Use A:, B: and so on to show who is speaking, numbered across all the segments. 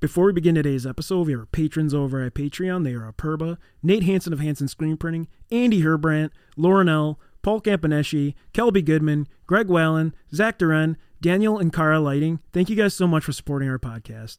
A: Before we begin today's episode, we have our patrons over at Patreon. They are Perba, Nate Hansen of Hansen Screen Printing, Andy Herbrandt, Lauren L., Paul Campaneschi, Kelby Goodman, Greg Whalen, Zach Duren, Daniel and Cara Lighting. Thank you guys so much for supporting our podcast.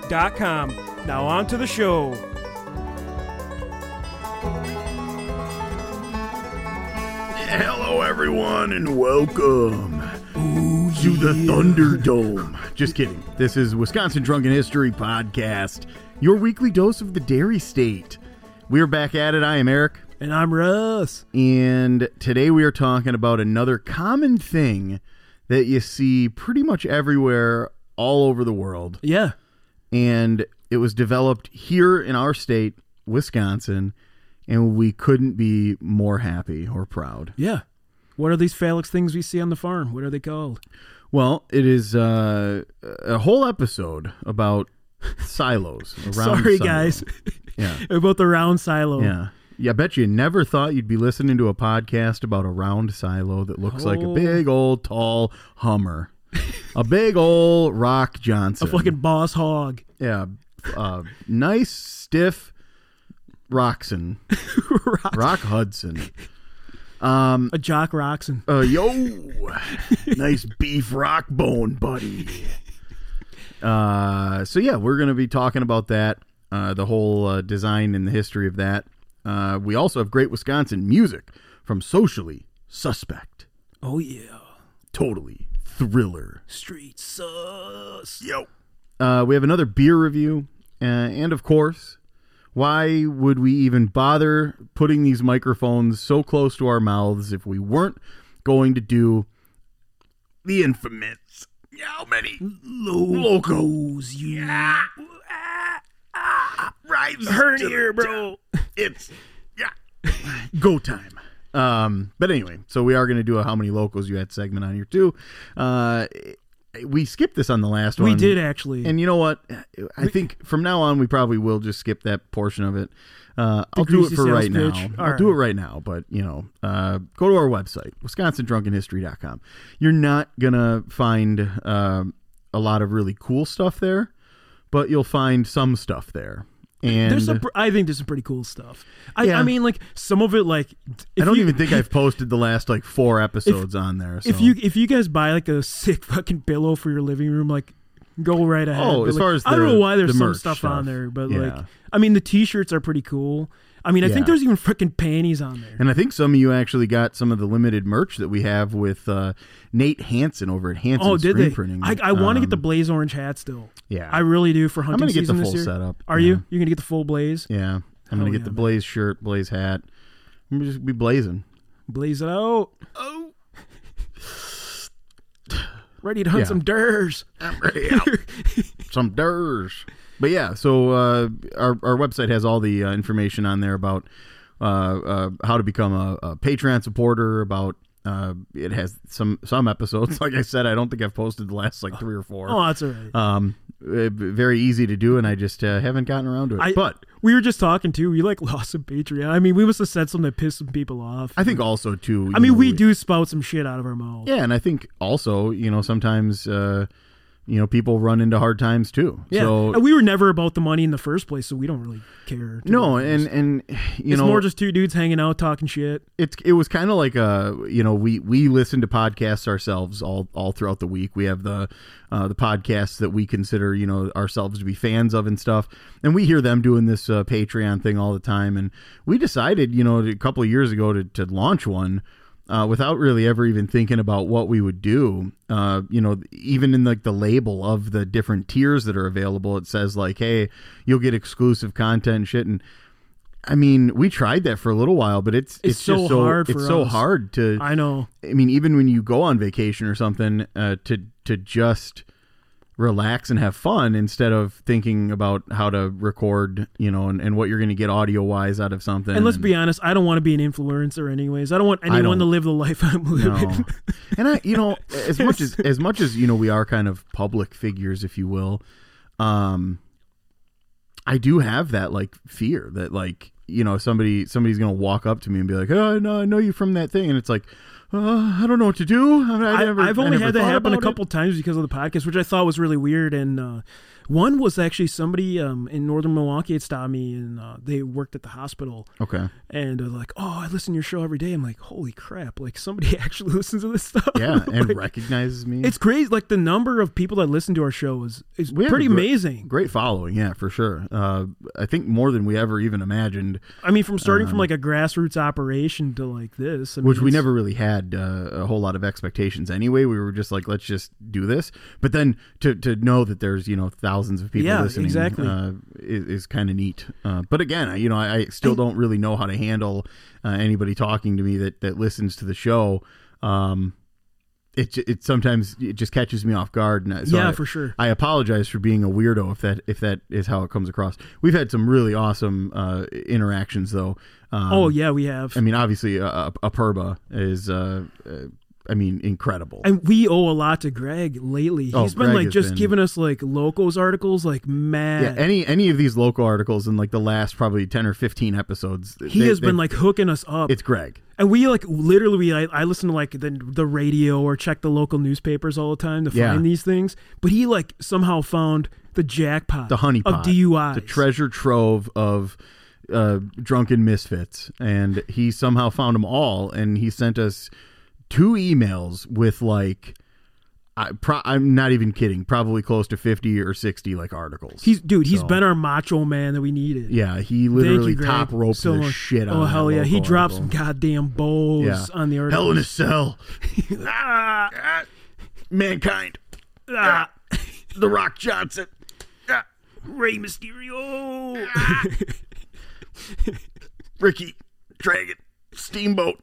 B: Now on to the show.
C: Hello, everyone, and welcome to the Thunderdome. Just kidding. This is Wisconsin Drunken History Podcast, your weekly dose of the dairy state. We're back at it. I am Eric,
A: And I'm Russ.
C: and today we are talking about another common thing that you see pretty much everywhere all over the world.
A: Yeah.
C: And it was developed here in our state, Wisconsin, and we couldn't be more happy or proud.
A: Yeah. What are these phallic things we see on the farm? What are they called?
C: Well, it is uh, a whole episode about silos. Around
A: Sorry, guys.
C: Yeah.
A: About the round silo.
C: Yeah. Yeah, I bet you never thought you'd be listening to a podcast about a round silo that looks like a
A: Oh.
C: big old tall Hummer, a big old Rock Johnson,
A: A fucking boss hog.
C: yeah, uh, nice stiff Roxon,
A: Rock-
C: Rock Hudson. Mm.
A: a jock rocks and
C: Uh, yo, nice beef rock bone, buddy. Uh, so yeah, we're gonna be talking about that, uh, the whole uh, design and the history of that. Uh, we also have great Wisconsin music from Socially Suspect,
A: oh yeah,
C: Totally Thriller.
A: street sus.
C: Yo, uh, we have another beer review, uh, and of course, why would we even bother putting these microphones so close to our mouths if we weren't going to do the infamous? How many locos? You yeah. Rives
A: Turn here, bro.
C: It's yeah, go time. Um, but anyway, so we are going to do a how many locals you had segment on here too. Uh, we skipped this on the last one.
A: We did actually.
C: And you know what? I think from now on we probably will just skip that portion of it. Uh, I'll do it
A: greasy
C: for
A: sales
C: right now.
A: pitch.
C: I'll
A: All
C: do it
A: right.
C: right now, but you know, uh, go to our website, wisconsindrunkenhistory.com. You're not gonna find um a lot of really cool stuff there, but you'll find some stuff there. And uh,
A: there's some. pr- I think there's some pretty cool stuff. I,
C: Yeah.
A: I mean, like some of it, like
C: I
A: if
C: don't
A: you-
C: even think I've posted the last like four episodes on there. So.
A: If you if you guys buy like a sick fucking pillow for your living room, like go right ahead.
C: Oh,
A: But,
C: as
A: like,
C: far as
A: I don't
C: the-
A: know why there's
C: the
A: some
C: merch
A: stuff,
C: stuff.
A: on there, but
C: Yeah.
A: like I mean, the t-shirts are pretty cool. I mean, I
C: Yeah.
A: think there's even freaking panties on there.
C: And I think some of you actually got some of the limited merch that we have with uh, Nate Hansen over at Hansen
A: Oh, did
C: Screen
A: they?
C: Printing.
A: I, I want to
C: Um,
A: get the blaze orange hat still.
C: Yeah,
A: I really do for hunting
C: gonna get the
A: season this
C: full
A: year.
C: setup,
A: Are
C: yeah.
A: you? You're gonna get the full blaze.
C: yeah. I'm gonna
A: Hell
C: get
A: yeah,
C: the
A: man.
C: Blaze shirt, Blaze hat. I'm gonna just be blazing.
A: Blaze it out. Oh. Ready to hunt
C: Yeah.
A: some durs.
C: I'm ready out. some durs. But yeah, so uh, our our website has all the uh, information on there about uh, uh, how to become a, a Patreon supporter. About uh, it has some some episodes. Like I said, I don't think I've posted the last like three or four.
A: Oh, that's all right.
C: um, uh, very easy to do, and I just uh, haven't gotten around to it.
A: I-
C: but
A: we were just talking too. We like lost some Patreon. I mean, we must have said something that pissed some people off.
C: I think also too. you
A: I mean,
C: know,
A: we do spout some shit out of our mouth.
C: Yeah, and I think also you know sometimes uh, you know people run into hard times too.
A: Yeah.
C: So
A: and we were never about the money in the first place, so we don't really care. to
C: no,
A: be honest.
C: and and you
A: it's
C: know
A: more just two dudes hanging out talking shit.
C: it's it was kind of like uh you know we we listen to podcasts ourselves all all throughout the week we have the uh, the podcasts that we consider you know ourselves to be fans of and stuff and we hear them doing this uh, Patreon thing all the time and we decided you know a couple of years ago to to launch one uh, without really ever even thinking about what we would do. Uh, you know, even in like the label of the different tiers that are available, it says like, "Hey, you'll get exclusive content, and shit." And I mean, we tried that for a little while, but it's
A: It's
C: it's,
A: so
C: just so
A: hard
C: it's
A: for
C: so
A: us.
C: hard to. I,
A: I know.
C: mean, even when you go on vacation or something, uh, to to just relax and have fun instead of thinking about how to record, you know, and, and what you're going to get audio wise out of something.
A: And let's be honest, I don't want to be an influencer, anyways. I don't want anyone to
C: don't.
A: live the life I'm living.
C: No. and I, you know, as much as as much as you know, we are kind of public figures, if you will. Um, I do have that like fear that like you know somebody somebody's gonna walk up to me and be like, oh no, I know you from that thing, and it's like, uh, I don't know what to do. I, I
A: I,
C: never,
A: I've
C: I
A: only
C: never
A: had that
C: thought
A: happen a
C: about it."
A: couple times because of the podcast, which I thought was really weird. And uh, one was actually somebody um, in northern Milwaukee had stopped me, and uh, they worked at the hospital.
C: Okay,
A: And they're like, "Oh, I listen to your show every day." I'm like, "Holy crap! Like somebody actually listens to this stuff."
C: yeah, and
A: Like,
C: recognizes me.
A: it's crazy. Like the number of people that listen to our show is is
C: We have a
A: pretty
C: gr-
A: amazing.
C: Great following, yeah, for sure. Uh, I think more than we ever even imagined.
A: I mean, from starting from like a grassroots operation to like this, I mean,
C: um, which we
A: it's-
C: never really had uh, a whole lot of expectations anyway. We were just like, let's just do this. But then to, to know that there's you know thousands of people
A: Yeah,
C: listening
A: exactly.
C: uh, is, is kind of neat. Uh, but again, I, you know, I, I still don't really know how to handle uh, anybody talking to me that that listens to the show. Um, it j- it sometimes it just catches me off guard. And I- so
A: Yeah,
C: I-
A: for sure.
C: I apologize for being a weirdo if that if that is how it comes across. We've had some really awesome uh, interactions though. Um,
A: Oh yeah, we have.
C: I mean, obviously, uh, Aperba is, uh, uh, I mean, incredible.
A: and we owe a lot to Greg lately. He's
C: Oh,
A: been
C: Greg
A: like
C: has
A: just
C: been-
A: giving us like locals articles like mad.
C: yeah, any any of these local articles in like the last probably ten or fifteen episodes,
A: he has been like hooking us up,
C: it's Greg.
A: and we like literally. We, I, I listen to like the the radio or check the local newspapers all the time to
C: Yeah.
A: find these things. But he like somehow found the jackpot,
C: the honeypot,
A: of DUIs.
C: the treasure trove of uh, drunken misfits, and he somehow found them all, and he sent us two emails with like, I pro- I'm not even kidding, probably close to fifty or sixty like articles.
A: He's dude. He's
C: So-
A: been our macho man that we needed.
C: yeah, he
A: Thank
C: literally
A: you, Greg,
C: top roped
A: so
C: the
A: much.
C: shit out.
A: Oh
C: of
A: hell
C: that
A: yeah, he
C: local
A: drops
C: article.
A: some goddamn bows
C: Yeah.
A: on the article.
C: Hell in a cell. Ah, ah, mankind.
A: Ah,
C: The Rock Johnson. Ah,
A: Rey Mysterio.
C: Ricky. Dragon. Steamboat.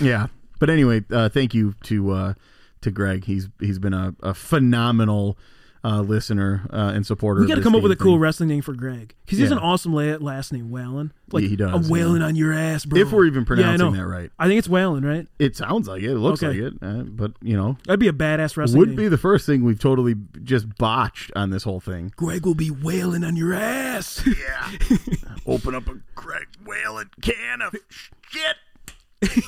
C: yeah. But anyway, uh, thank you to uh, to Greg. He's he's been a, a phenomenal uh, listener uh, and supporter.
A: We got to
C: to
A: come up with a cool wrestling name for Greg because he has
C: Yeah.
A: an awesome la- last name, Whalen. Like
C: Yeah, he does,
A: I'm
C: yeah.
A: whaling on your ass, bro.
C: If we're even
A: yeah, I know.
C: pronouncing that right.
A: I think it's Whalen, right?
C: It sounds like it. It looks
A: Okay.
C: like it. Uh, but you know,
A: That'd be a badass wrestling.
C: would
A: name.
C: be the first thing we've totally just botched on this whole thing.
A: Greg will be whaling on your ass.
C: Yeah. Open up a Greg Whalen can of shit.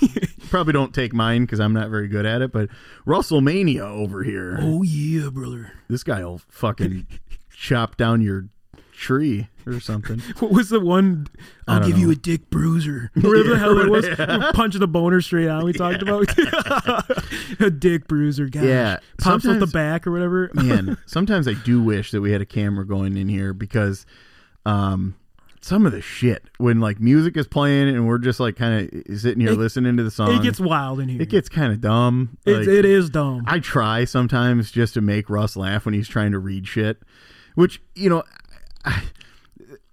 C: Probably don't take mine because I'm not very good at it, but WrestleMania over here.
A: oh yeah, brother.
C: This guy will fucking chop down your tree or something.
A: What was the one? I'll
C: don't
A: give you
C: know.
A: a dick bruiser. Whatever the hell it was, punching the boner straight out. We talked about a dick bruiser. Gosh.
C: Yeah.
A: pops with the
C: Sometimes-
A: back or whatever.
C: Man, sometimes I do wish that we had a camera going in here because um some of the shit when like music is playing and we're just like kind of sitting here
A: It-
C: listening to the song.
A: It gets wild in here.
C: it gets kind of dumb.
A: It-
C: Like-
A: it is dumb.
C: I try sometimes just to make Russ laugh when he's trying to read shit, which you know. I-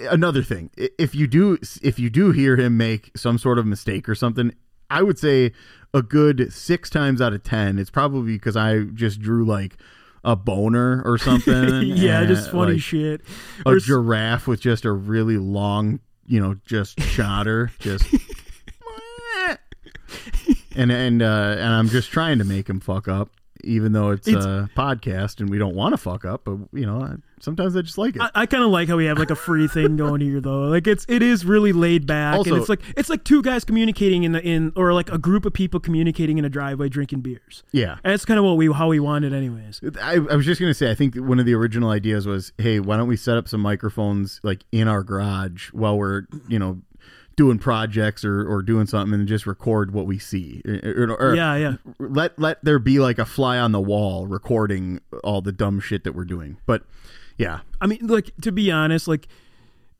C: another thing, i- if you do, if you do hear him make some sort of mistake or something, I would say a good six times out of ten, it's probably because I just drew like a boner or something.
A: yeah,
C: and,
A: just funny
C: like,
A: shit.
C: A
A: Or s-
C: giraffe with just a really long, you know, just shotter, just. and and uh, and I'm just trying to make him fuck up, even though it's,
A: It's-
C: a podcast and we don't want to fuck up. But you know, I, sometimes I just like it.
A: I, I kind of like how we have like a free thing going here though. Like it's it is really laid back
C: Also-
A: and it's like it's like two guys communicating in the in or like a group of people communicating in a driveway drinking beers.
C: yeah.
A: And that's kind of what we how we want it anyways.
C: I, I was just gonna say, I think that one of the original ideas was, hey, why don't we set up some microphones like in our garage while we're, you know, doing projects or, or doing something, and just record what we see. Or- or- or
A: Yeah, yeah.
C: let let there be like a fly on the wall recording all the dumb shit that we're doing. But yeah,
A: I mean, like to be honest, like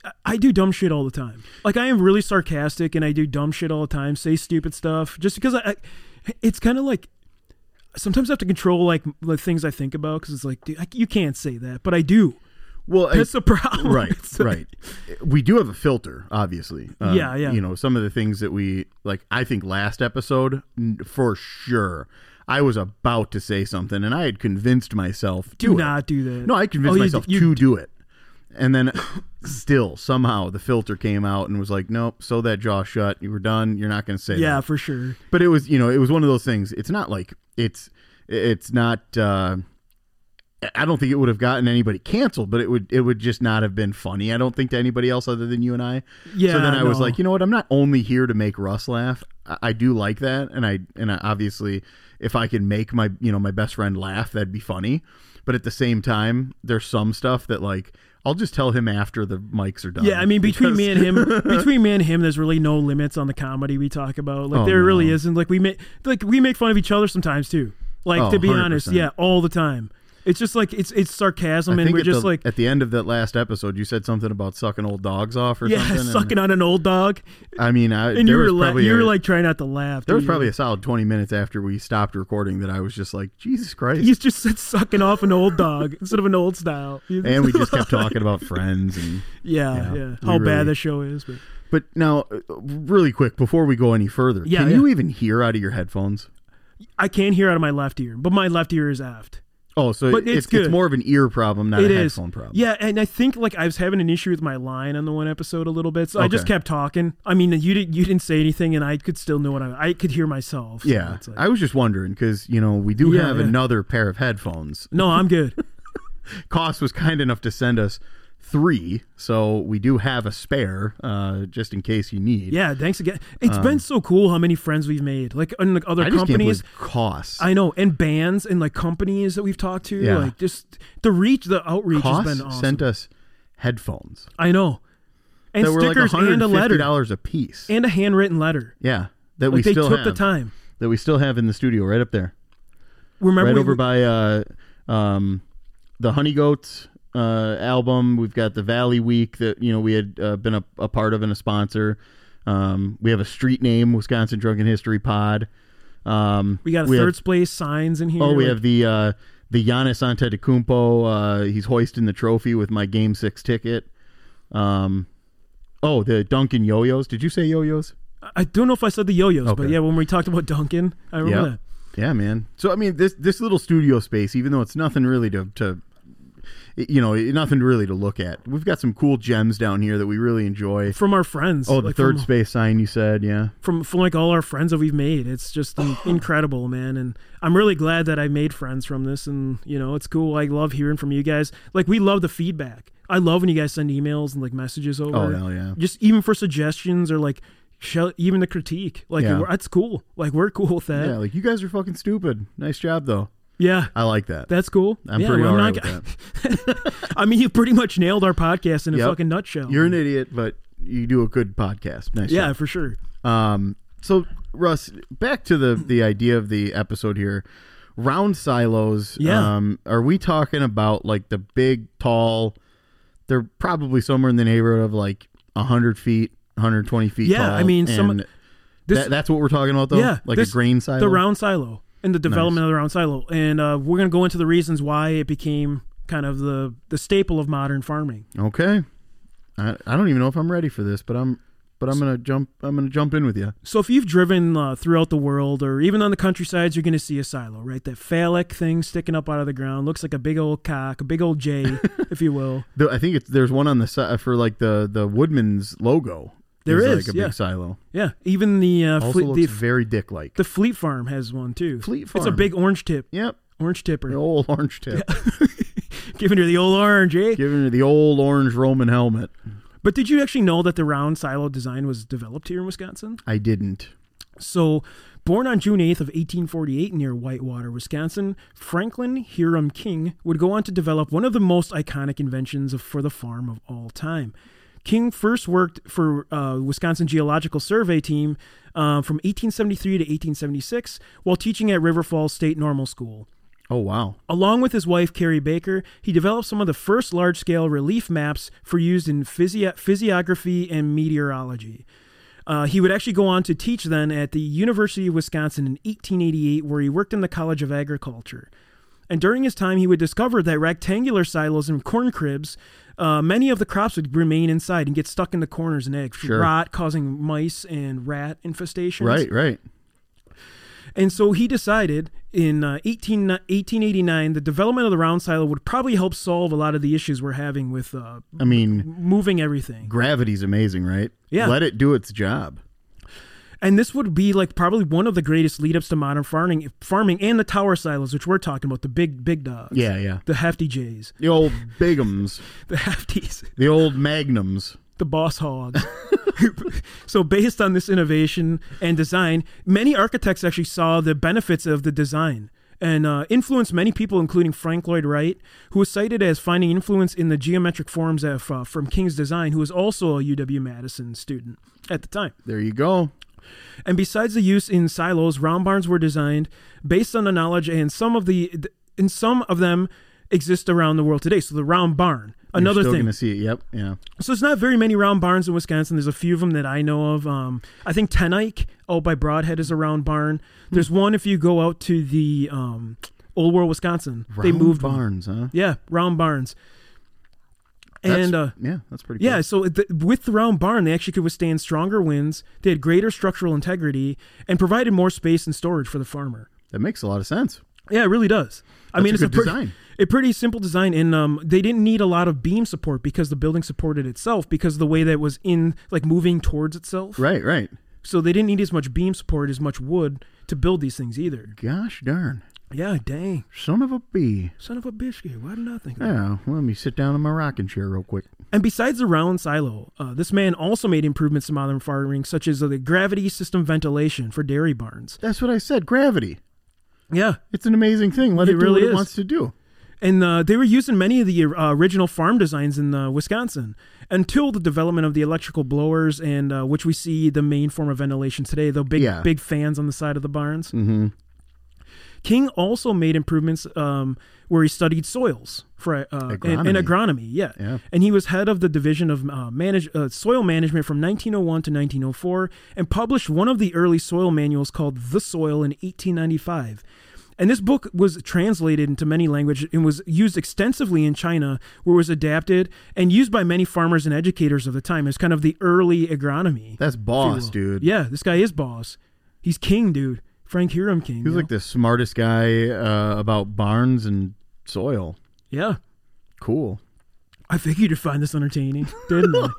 A: I- I do dumb shit all the time. Like I am really sarcastic and I do dumb shit all the time, say stupid stuff just because I. I it's kind of like sometimes I have to control like the things I think about because it's like dude, I, you can't say that, but I do.
C: Well, I-
A: That's the problem.
C: right,
A: It's like-
C: right. We do have a filter, obviously. Um,
A: Yeah, yeah.
C: You know, some of the things that we like. I think last episode, n- for sure, I was about to say something, and I had convinced myself.
A: Do
C: to it.
A: not do that.
C: No, I convinced
A: Oh, you-
C: myself
A: you-
C: to do it, and then still somehow the filter came out and was like, "Nope, sew that jaw shut. You were done. You're not going to say that."
A: Yeah, for sure.
C: but it was you know it was one of those things it's not like it's it's not uh i don't think it would have gotten anybody canceled but it would it would just not have been funny i don't think to anybody else other than you and i
A: Yeah,
C: so then i was
A: no.
C: like you know what i'm not only here to make russ laugh I, I do like that and i and I, obviously if i can make my you know my best friend laugh that'd be funny but at the same time there's some stuff that like i'll just tell him after the mics are done
A: Yeah, I mean between
C: because-
A: me and him, between me and him, there's really no limits on the comedy we talk about. Like
C: Oh,
A: there really
C: no.
A: isn't. Like we make like we make fun of each other sometimes too. Like
C: Oh,
A: to be honest,
C: 100%.
A: yeah, all the time. It's just like it's it's sarcasm, and we're
C: at
A: just
C: the,
A: like
C: at the end of that last episode, you said something about sucking old dogs off or
A: yeah,
C: something. and-
A: sucking on an old dog.
C: I mean, I,
A: And you
C: there
A: were
C: was
A: la-
C: probably
A: you were
C: a-
A: like trying not to laugh.
C: there was
A: dude.
C: probably a solid twenty minutes after we stopped recording that I was just like, Jesus Christ!
A: you just said sucking off an old dog instead of an old style.
C: and we just kept talking about friends and.
A: yeah, yeah,
C: yeah, we
A: how
C: really-
A: bad the show is. But
C: But now, uh, really quick before we go any further,
A: Yeah,
C: can
A: yeah.
C: you even hear out of your headphones?
A: I can't hear out of my left ear, but my left ear is aft.
C: Oh, so
A: But it's
C: it's,
A: good.
C: more of an ear problem, not
A: It
C: a
A: is.
C: headphone problem.
A: Yeah, and I think like I was having an issue with my line on the one episode a little bit, so I just
C: Okay.
A: kept talking. I mean, you didn't you didn't say anything, and I could still know what I I could hear myself. So
C: yeah.
A: it's like-
C: I was just wondering because you know we do
A: Yeah,
C: have
A: yeah.
C: another pair of headphones.
A: no, I'm good.
C: Cost was kind enough to send us three, so we do have a spare uh, just in case you need.
A: Yeah, thanks again. It's been so cool how many friends we've made, like in like, other
C: Um, I just
A: companies.
C: can't believe Cost.
A: I know, and bands and like companies that we've talked to,
C: Yeah.
A: like just the reach, the outreach has
C: Cost
A: been awesome.
C: sent us headphones
A: I know, and
C: that were like
A: stickers
C: $150
A: and a letter
C: dollars a piece.
A: and a handwritten letter.
C: yeah, that we
A: Like they
C: still
A: took
C: have
A: the time.
C: that we still have in the studio right up there,
A: Remember
C: right
A: we-
C: over by uh, um, the Honey Goats uh, album. We've got the Valley Week that you know we had uh, been a, a part of and a sponsor. Um, we have a street name Wisconsin Drunken History Pod. Um,
A: we got a
C: have-
A: third place signs in here.
C: Oh, we
A: like-
C: have the uh, the Giannis Antetokounmpo. Uh, he's hoisting the trophy with my Game Six ticket. Um, oh, the Duncan yo-yos. Did you say yo-yos?
A: I don't know if I said the yo-yos, but
C: Okay.
A: yeah, when we talked about Duncan, I remember that.
C: yeah, man. So I mean, this this little studio space, even though it's nothing really to to you know nothing really to look at, we've got some cool gems down here that we really enjoy.
A: from our friends.
C: Oh, the
A: like,
C: third
A: from,
C: space sign you said, yeah.
A: from from like all our friends that we've made. It's just in- incredible, man. And I'm really glad that I made friends from this. And you know, it's cool. I love hearing from you guys. Like we love the feedback. I love when you guys send emails and like messages over.
C: Oh, hell yeah.
A: Just even for suggestions or like sh- even the critique. Like
C: Yeah.
A: we're- that's cool. Like we're cool with that.
C: Yeah, like you guys are fucking stupid. Nice job though.
A: yeah.
C: I like that.
A: That's cool.
C: I'm
A: Yeah,
C: pretty
A: well,
C: all
A: I'm
C: right
A: not-
C: with that.
A: I mean, you pretty much nailed our podcast in a
C: Yep.
A: fucking nutshell.
C: You're an idiot, but you do a good podcast. Nice.
A: Um, yeah,
C: job.
A: for sure.
C: Um, so Russ, back to the the idea of the episode here. Round silos.
A: Yeah.
C: Um, are we talking about like the big, tall? They're probably somewhere in the neighborhood of like hundred feet, hundred twenty feet.
A: Yeah,
C: tall,
A: I mean, some-
C: and
A: this-
C: that- that's what we're talking about, though.
A: Yeah,
C: like
A: this-
C: a grain silo.
A: The round silo and the development of the round silo, and uh, we're gonna go into the reasons why it became kind of the the staple of modern farming.
C: Okay. I, I don't even know if I'm ready for this, but I'm but I'm gonna jump. I'm gonna jump in with you.
A: So if you've driven uh, throughout the world or even on the countrysides, you're gonna see a silo, right? That phallic thing sticking up out of the ground looks like a big old cock, a big old J, if you will.
C: Though I think it's there's one on the side for like the the Woodman's logo.
A: There
C: There's,
A: is,
C: like a
A: yeah.
C: big silo.
A: Yeah, even the uh,
C: Also
A: Fleet-
C: looks
A: the,
C: very dick like.
A: the Fleet Farm has one too.
C: Fleet
A: It's a
C: Farm.
A: big orange tip,
C: Yep.
A: orange
C: The
A: tipper,
C: old orange tip.
A: giving her the old orange, eh?
C: Giving her the old orange Roman helmet.
A: But did you actually know that the round silo design was developed here in Wisconsin?
C: I didn't.
A: So, born on June 8th of 1848 near Whitewater, Wisconsin, Franklin Hiram King would go on to develop one of the most iconic inventions of, for the farm of all time. King first worked for uh, Wisconsin Geological Survey team uh, from 1873 to 1876 while teaching at River Falls State Normal School.
C: Oh wow.
A: Along with his wife, Carrie Baker, he developed some of the first large scale relief maps for use in physio- physiography and meteorology. Uh, he would actually go on to teach then at the University of Wisconsin in 1888, where he worked in the College of Agriculture. and during his time, he would discover that rectangular silos and corn cribs, uh, many of the crops would remain inside and get stuck in the corners and eggs,
C: Sure.
A: rot, causing mice and rat infestations.
C: Right, right.
A: And so he decided in uh, 18, 1889 the development of the round silo would probably help solve a lot of the issues we're having with uh,
C: I mean,
A: moving everything.
C: gravity's amazing, right?
A: Yeah.
C: Let it do its job.
A: And this would be like probably one of the greatest lead ups to modern farming, farming and the tower silos, which we're talking about, the big, big dogs.
C: Yeah, yeah.
A: The hefty J's,
C: The old bigums,
A: the hefties,
C: the old magnums.
A: the boss hogs. so, based on this innovation and design, many architects actually saw the benefits of the design and uh, influenced many people, including Frank Lloyd Wright, who was cited as finding influence in the geometric forms of, uh, from King's design, who was also a UW Madison student at the time.
C: There you go.
A: And besides the use in silos, round barns were designed based on the knowledge, and some of the and some of them exist around the world today. So the round barn, another
C: You're still
A: thing.
C: gonna see it. Yep. Yeah.
A: So there's not very many round barns in Wisconsin. There's a few of them that I know of. Um, I think Tenike out by Broadhead is a round barn.
C: Hmm.
A: There's one if you go out to the um, Old World Wisconsin. they
C: Round
A: moved one.
C: barns, huh?
A: Yeah, round barns.
C: That's-
A: And uh,
C: yeah, that's pretty.
A: yeah,
C: cool.
A: so the, with the round barn, they actually could withstand stronger winds. They had greater structural integrity and provided more space and storage for the farmer.
C: that makes a lot of sense.
A: Yeah, it really does. I
C: That's
A: mean,
C: a
A: it's a
C: good
A: pretty,
C: design.
A: a pretty simple design, and um, they didn't need a lot of beam support because the building supported itself because of the way that it was in like moving towards itself.
C: Right, right.
A: So they didn't need as much beam support as much wood to build these things either.
C: Gosh darn,
A: Yeah, dang,
C: son of a bee.
A: son of a biscuit. Why did I think? of that?
C: Yeah, let me sit down in my rocking chair real quick.
A: And besides the round silo, uh, this man also made improvements to modern farming, such as the gravity system ventilation for dairy barns.
C: That's what I said. Gravity.
A: Yeah,
C: It's an amazing thing. Let
A: It
C: it, do
A: really
C: what
A: is.
C: it wants to do.
A: and uh, they were using many of the uh, original farm designs in uh, Wisconsin until the development of the electrical blowers, and uh, which we see the main form of ventilation today. The big
C: Yeah.
A: big fans on the side of the barns. Mm-hmm. King also made improvements um, where he studied soils for uh, and- And,
C: Agronomy.
A: agronomy. Yeah.
C: Yeah.
A: and he was head of the division of uh, manage uh, soil management from 1901 to 1904, and published one of the early soil manuals called "The Soil" in 1895. And this book was translated into many languages and was used extensively in China, where it was adapted and used by many farmers and educators of the time as kind of the early agronomy.
C: That's boss, dude.
A: Yeah, this guy is boss. He's king, dude. Frank Hiram King.
C: He
A: yo.
C: was like the smartest guy uh, about barns and soil.
A: yeah.
C: Cool.
A: I figured you'd find this entertaining, didn't I?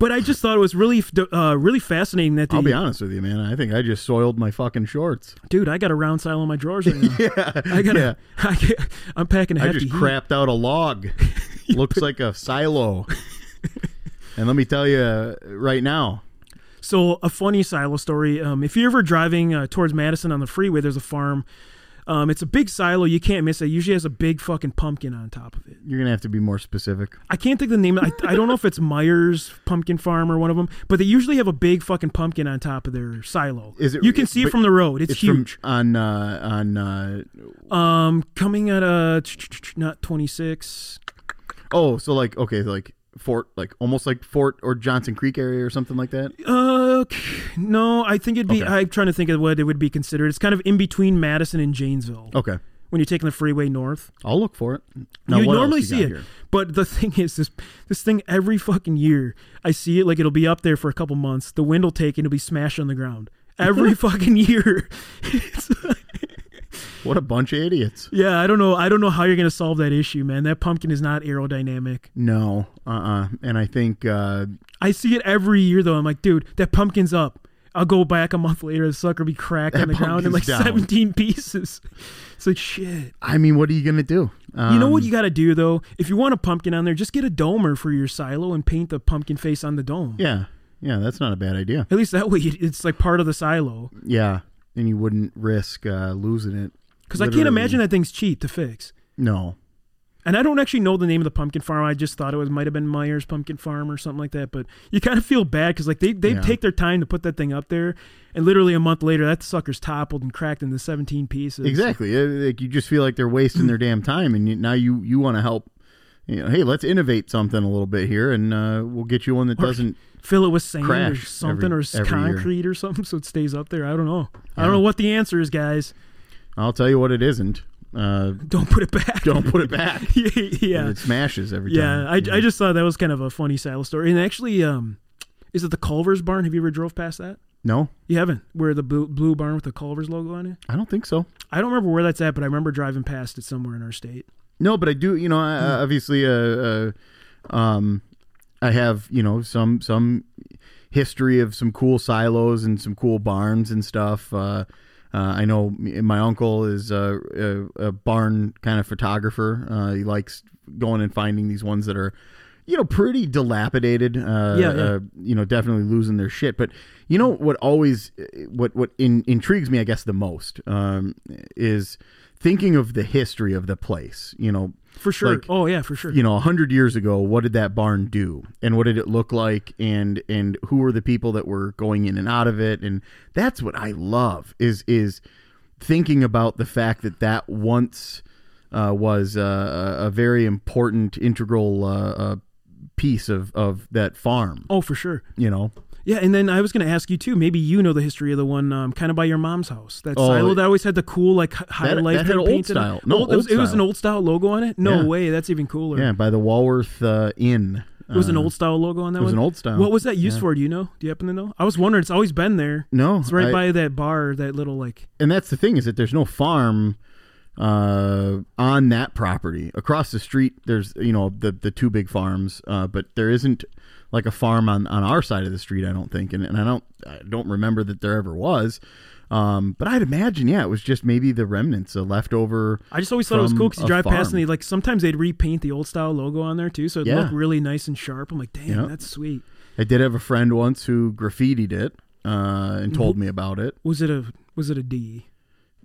A: but I just thought it was really, uh, really fascinating that
C: I'll
A: the
C: be honest with you, man. I think I just soiled my fucking shorts.
A: dude, I got a round silo in my drawers right now. yeah, I got.
C: yeah.
A: to I get, I'm packing a
C: I
A: hefty.
C: just
A: heat.
C: crapped out a log. Looks like a silo. and let me tell you uh, right now,
A: So a funny silo story. Um, if you're ever driving uh, towards Madison on the freeway, there's a farm. Um, it's a big silo. You can't miss it. it. Usually has a big fucking pumpkin on top of it.
C: you're gonna have to be more specific.
A: I can't think of the name. I, I don't know if it's Myers Pumpkin Farm or one of them, but they usually have a big fucking pumpkin on top of their silo.
C: Is it-
A: You can see it
C: but
A: from the road. It's,
C: from-
A: huge.
C: on uh, on. Uh,
A: um, coming at a not twenty six.
C: oh, so like okay, like Fort, like almost like Fort or Johnson Creek area or something like that.
A: Uh, no, I think it'd be.
C: Okay.
A: I'm trying to think of what it would be considered. It's kind of in between Madison and Janesville
C: Okay,
A: when you're taking the freeway north.
C: I'll look for it. Now,
A: you
C: what else
A: normally
C: got
A: see it,
C: here?
A: but the thing is, this this thing every fucking year I see it. Like it'll be up there for a couple months. The wind will take and it'll be smashed on the ground every fucking year. It's like-
C: What a bunch of idiots.
A: yeah, I don't know. I don't know how you're gonna solve that issue, man. That pumpkin is not aerodynamic.
C: No, uh, uh and I think uh,
A: I see it every year though. I'm like, dude, that pumpkin's up. I'll go back a month later. The sucker be cracked on the ground in like
C: pumpkin's down.
A: 17 pieces. It's like shit.
C: I mean, what are you gonna do? Um,
A: you know what you got to do though? If you want a pumpkin on there, just get a domer for your silo and paint the pumpkin face on the dome.
C: Yeah, yeah, that's not a bad idea.
A: At least that way it- it's like part of the silo.
C: Yeah, and you wouldn't risk uh, losing it
A: Because I can't
C: Literally.
A: imagine that thing's cheap to fix.
C: No,
A: And I don't actually know the name of the pumpkin farm. I just thought it was might have been Myers Pumpkin Farm or something like that. But you kind of feel bad because like they they
C: Yeah.
A: take their time to put that thing up there, and literally a month later that sucker's toppled and cracked into 17 pieces.
C: exactly. Uh, Like you just feel like they're wasting their damn time, and you, now you you want to help. You know, hey, let's innovate something a little bit here, and uh, we'll get you one that doesn't.
A: fill it with sand or
C: crash
A: something
C: every-
A: or
C: every year.
A: concrete or something so it stays up there. I don't know. I don't know what the answer is, guys.
C: I'll tell you what, it isn't Uh,
A: Don't put it back.
C: don't put it back.
A: yeah.
C: It smashes every
A: Yeah. I,
C: time.
A: I just thought that was kind of a funny saddle story. And actually, um, is it the Culver's barn? Have you ever drove past that?
C: no,
A: You haven't. Where the blue, blue barn with the Culver's logo on it?
C: I don't think so.
A: I don't remember where that's at, but I remember driving past it somewhere in our state.
C: No, but I do. You know, I,
A: Hmm.
C: I- obviously, uh, uh, um, I have you know some some history of some cool silos and some cool barns and stuff. Uh, uh, I know m- my uncle is a, a, a barn kind of photographer. Uh, he likes going and finding these ones that are. You know, pretty dilapidated. Uh,
A: Yeah, yeah.
C: Uh, you know, definitely losing their shit. But you know what always, what what in, intrigues me, I guess, the most um, is thinking of the history of the place. You know,
A: For sure.
C: Like,
A: oh yeah, for sure.
C: you know, a hundred years ago, what did that barn do, and what did it look like, and and who were the people that were going in and out of it, and that's what I love is is thinking about the fact that that once uh, was uh, a a very important integral uh, uh, piece of of that farm.
A: oh, for sure.
C: You know,
A: Yeah, and then I was going to ask you too. Maybe you know the history of the one um, kind of by your mom's house. That
C: Oh,
A: silo that always had the cool like h-
C: that
A: highlight
C: had
A: thing
C: an old
A: painted.
C: style. No,
A: it, Oh, was,
C: old
A: it was an
C: style.
A: old style logo on it. No
C: Yeah.
A: way, that's even cooler.
C: yeah, by the Walworth uh, Inn.
A: It was an
C: Uh,
A: old style logo on that
C: it was
A: one.
C: an old style.
A: What was that used for? Do you know? Do you happen to know? I was wondering. It's always been there.
C: No,
A: It's right
C: I-
A: by that bar, that little like.
C: and that's the thing is that there's no farm uh, on that property. Across the street, there's you know the the two big farms, uh, but there isn't like a farm on, on our side of the street. I don't think, and, and I don't I don't remember that there ever was. Um, but I'd imagine, yeah, it was just maybe the remnants, a leftover.
A: I just always thought it was
C: from
A: cool because you
C: a
A: drive past
C: farm.
A: and they like sometimes they'd repaint the old style logo on there too, so it
C: Yeah.
A: looked really nice and sharp. I'm like, damn,
C: Yeah.
A: that's sweet.
C: I did have a friend once who graffitied it uh,
A: Mm-hmm.
C: and told me about it.
A: Was it a was it a D?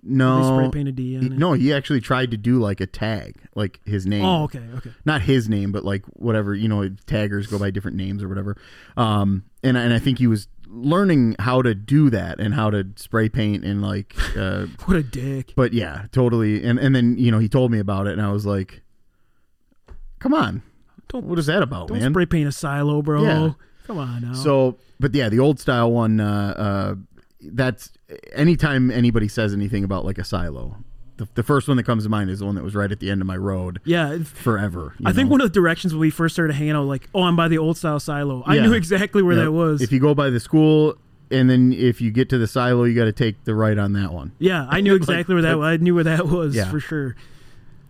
A: They
C: No,
A: spray painted D on
C: he-
A: it.
C: no, he actually tried to do like a tag, like his name.
A: Oh, okay, okay.
C: not his name, but like whatever you know, taggers go by different names or whatever. Um, and and I think he was learning how to do that and how to spray paint and like, uh,
A: What a dick.
C: but yeah, totally. And and then you know he told me about it, and I was like, come on,
A: Don't-
C: what is that about,
A: Don't
C: Oh, man?
A: spray paint a silo, bro.
C: Yeah.
A: Come on now.
C: So, but yeah, the old style one. Uh, uh, that's anytime anybody says anything about like a silo. The, the first one that comes to mind is the one that was right at the end of my road
A: yeah, it's-
C: forever. you
A: I think
C: know?
A: one of the directions when we first started hanging out, like, oh, I'm by the old style silo. I
C: Yeah.
A: knew exactly where
C: Yep.
A: that was.
C: If you go by the school, and then if you get to the silo, you got to take the right on that one
A: yeah, I knew
C: Like,
A: exactly where that
C: that's-
A: was. I knew where that was
C: Yeah.
A: for sure.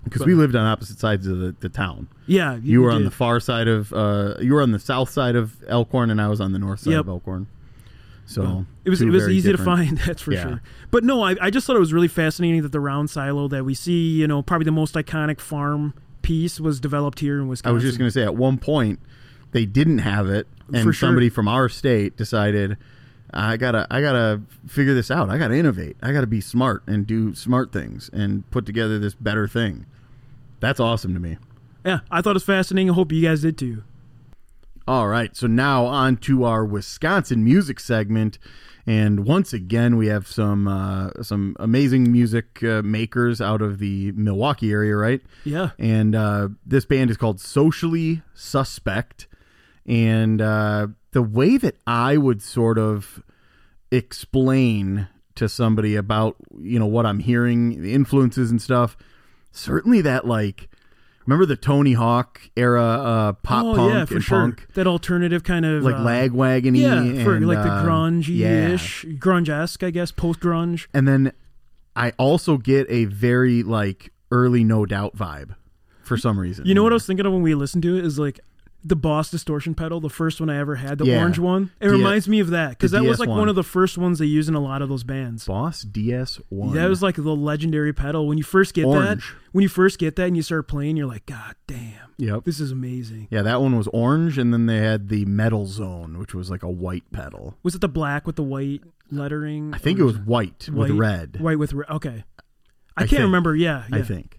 C: because we lived on opposite sides of the, the town.
A: Yeah,
C: You, were on the
A: did.
C: far side of, uh, you were on the south side of Elkhorn, and I was on the north side
A: Yep.
C: of Elkhorn. So
A: It was
C: two
A: it was
C: very
A: easy
C: different-
A: to find, that's for
C: Yeah.
A: sure. But no, I, I just thought it was really fascinating that the round silo that we see, you know, probably the most iconic farm piece was developed here in Wisconsin.
C: I was just going to say at one point they didn't have it, and
A: For sure.
C: somebody from our state decided. I gotta, I gotta figure this out. I gotta innovate. I gotta be smart and do smart things and put together this better thing. That's awesome to me.
A: Yeah, I thought it was fascinating. I hope you guys did too.
C: All right, so now on to our Wisconsin music segment, and once again we have some uh, some amazing music uh, makers out of the Milwaukee area, right?
A: Yeah.
C: And uh, this band is called Socially Suspect, and uh, the way that I would sort of explain to somebody about you know what I'm hearing, the influences and stuff, certainly that like. Remember the Tony Hawk era uh, pop
A: oh
C: punk
A: yeah, for
C: and
A: sure.
C: punk?
A: That alternative kind of
C: like
A: uh,
C: lagwagon
A: Yeah, for
C: and,
A: like the
C: uh,
A: grunge-ish, grunge-esque, I guess, post-grunge.
C: And then I also get a very like early No Doubt vibe for some reason.
A: You know what I was thinking of when we listened to it is like the Boss distortion pedal, the first one I ever had, the
C: Yeah.
A: orange one. It
C: D-
A: reminds me of that because
C: the
A: that was like
C: DS1.
A: one of the first ones they use in a lot of those bands.
C: Boss DS one.
A: That was like the legendary pedal. When you first get
C: Orange.
A: that, when you first get that and you start playing, you're like, God damn,
C: yep.
A: this is amazing.
C: yeah, that one was orange, and then they had the metal zone, which was like a white pedal.
A: Was it the black with the white lettering?
C: I think it was white, with red.
A: White with red. Okay. I, can't
C: think.
A: remember. Yeah. yeah.
C: I think.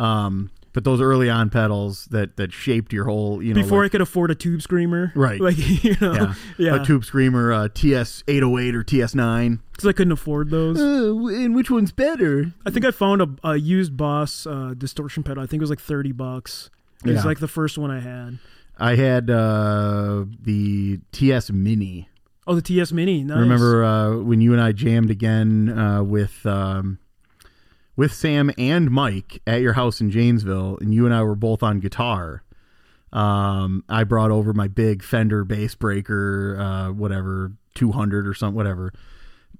C: Um, but those early on pedals that that shaped your whole you know
A: Before I
C: like-
A: could afford a tube screamer.
C: Right.
A: Like, you know,
C: yeah,
A: yeah.
C: a tube screamer uh, TS eight oh eight or TS nine.
A: Because I couldn't afford those.
C: Uh, and which one's better?
A: I think I found a, a used Boss uh, distortion pedal. I think it was like thirty bucks. It
C: Yeah.
A: was like the first one I had.
C: I had uh, the TS Mini.
A: Oh, the TS Mini. Nice.
C: Remember uh, when you and I jammed again uh, with um, with Sam and Mike at your house in Janesville, and you and I were both on guitar. Um, I brought over my big Fender bass breaker, uh, whatever, 200 or something, whatever,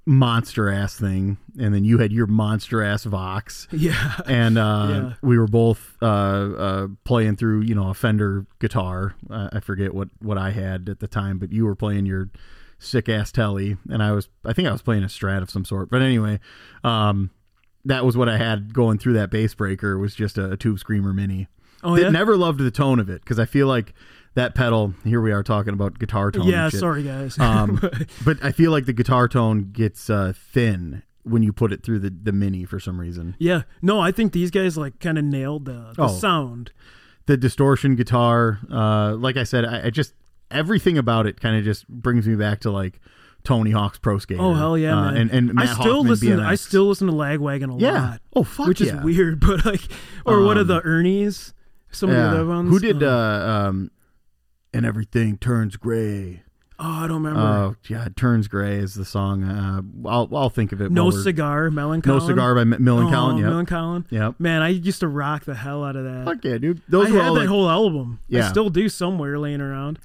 C: monster ass thing. And then you had your monster ass Vox.
A: Yeah.
C: And uh,
A: Yeah.
C: we were both uh, uh, playing through, you know, a Fender guitar. Uh, I forget what, what I had at the time, but you were playing your sick ass telly. And I was, I think I was playing a strat of some sort. But anyway, um, that was what I had going through that bass breaker was just a, a Tube Screamer Mini.
A: Oh,
C: That
A: yeah?
C: Never loved the tone of it because I feel like that pedal. Here we are talking about guitar tone. and
A: yeah,
C: shit.
A: sorry guys.
C: Um, but I feel like the guitar tone gets uh, thin when you put it through the, the mini for some reason.
A: yeah. No, I think these guys like kind of nailed the, the
C: Oh.
A: sound.
C: The distortion guitar, uh, like I said, I, I just everything about it kind of just brings me back to like Tony Hawk's Pro Skater.
A: Oh hell yeah,
C: Uh,
A: man.
C: And and Matt
A: I still
C: Hoffman
A: listen. I
C: BMX.
A: still listen to Lagwagon a
C: Yeah.
A: lot.
C: Oh, fuck
A: which
C: yeah. Um,
A: is weird, but like, or one of the Ernie's, some of the other ones.
C: Who did
A: Uh,
C: uh, um, and everything turns gray.
A: oh, I don't remember.
C: Oh yeah, turns gray is the song. Uh, I'll I'll think of it.
A: no
C: while we're-
A: cigar,
C: No
A: melancholy.
C: cigar by M- Mill and Colin.
A: Oh,
C: Yeah.
A: Millen Collin.
C: Yep.
A: Man, I used to rock the hell out of that.
C: Fuck yeah, dude. Those
A: I
C: were
A: had
C: all
A: that
C: like,
A: whole album.
C: Yeah.
A: I still do somewhere laying around.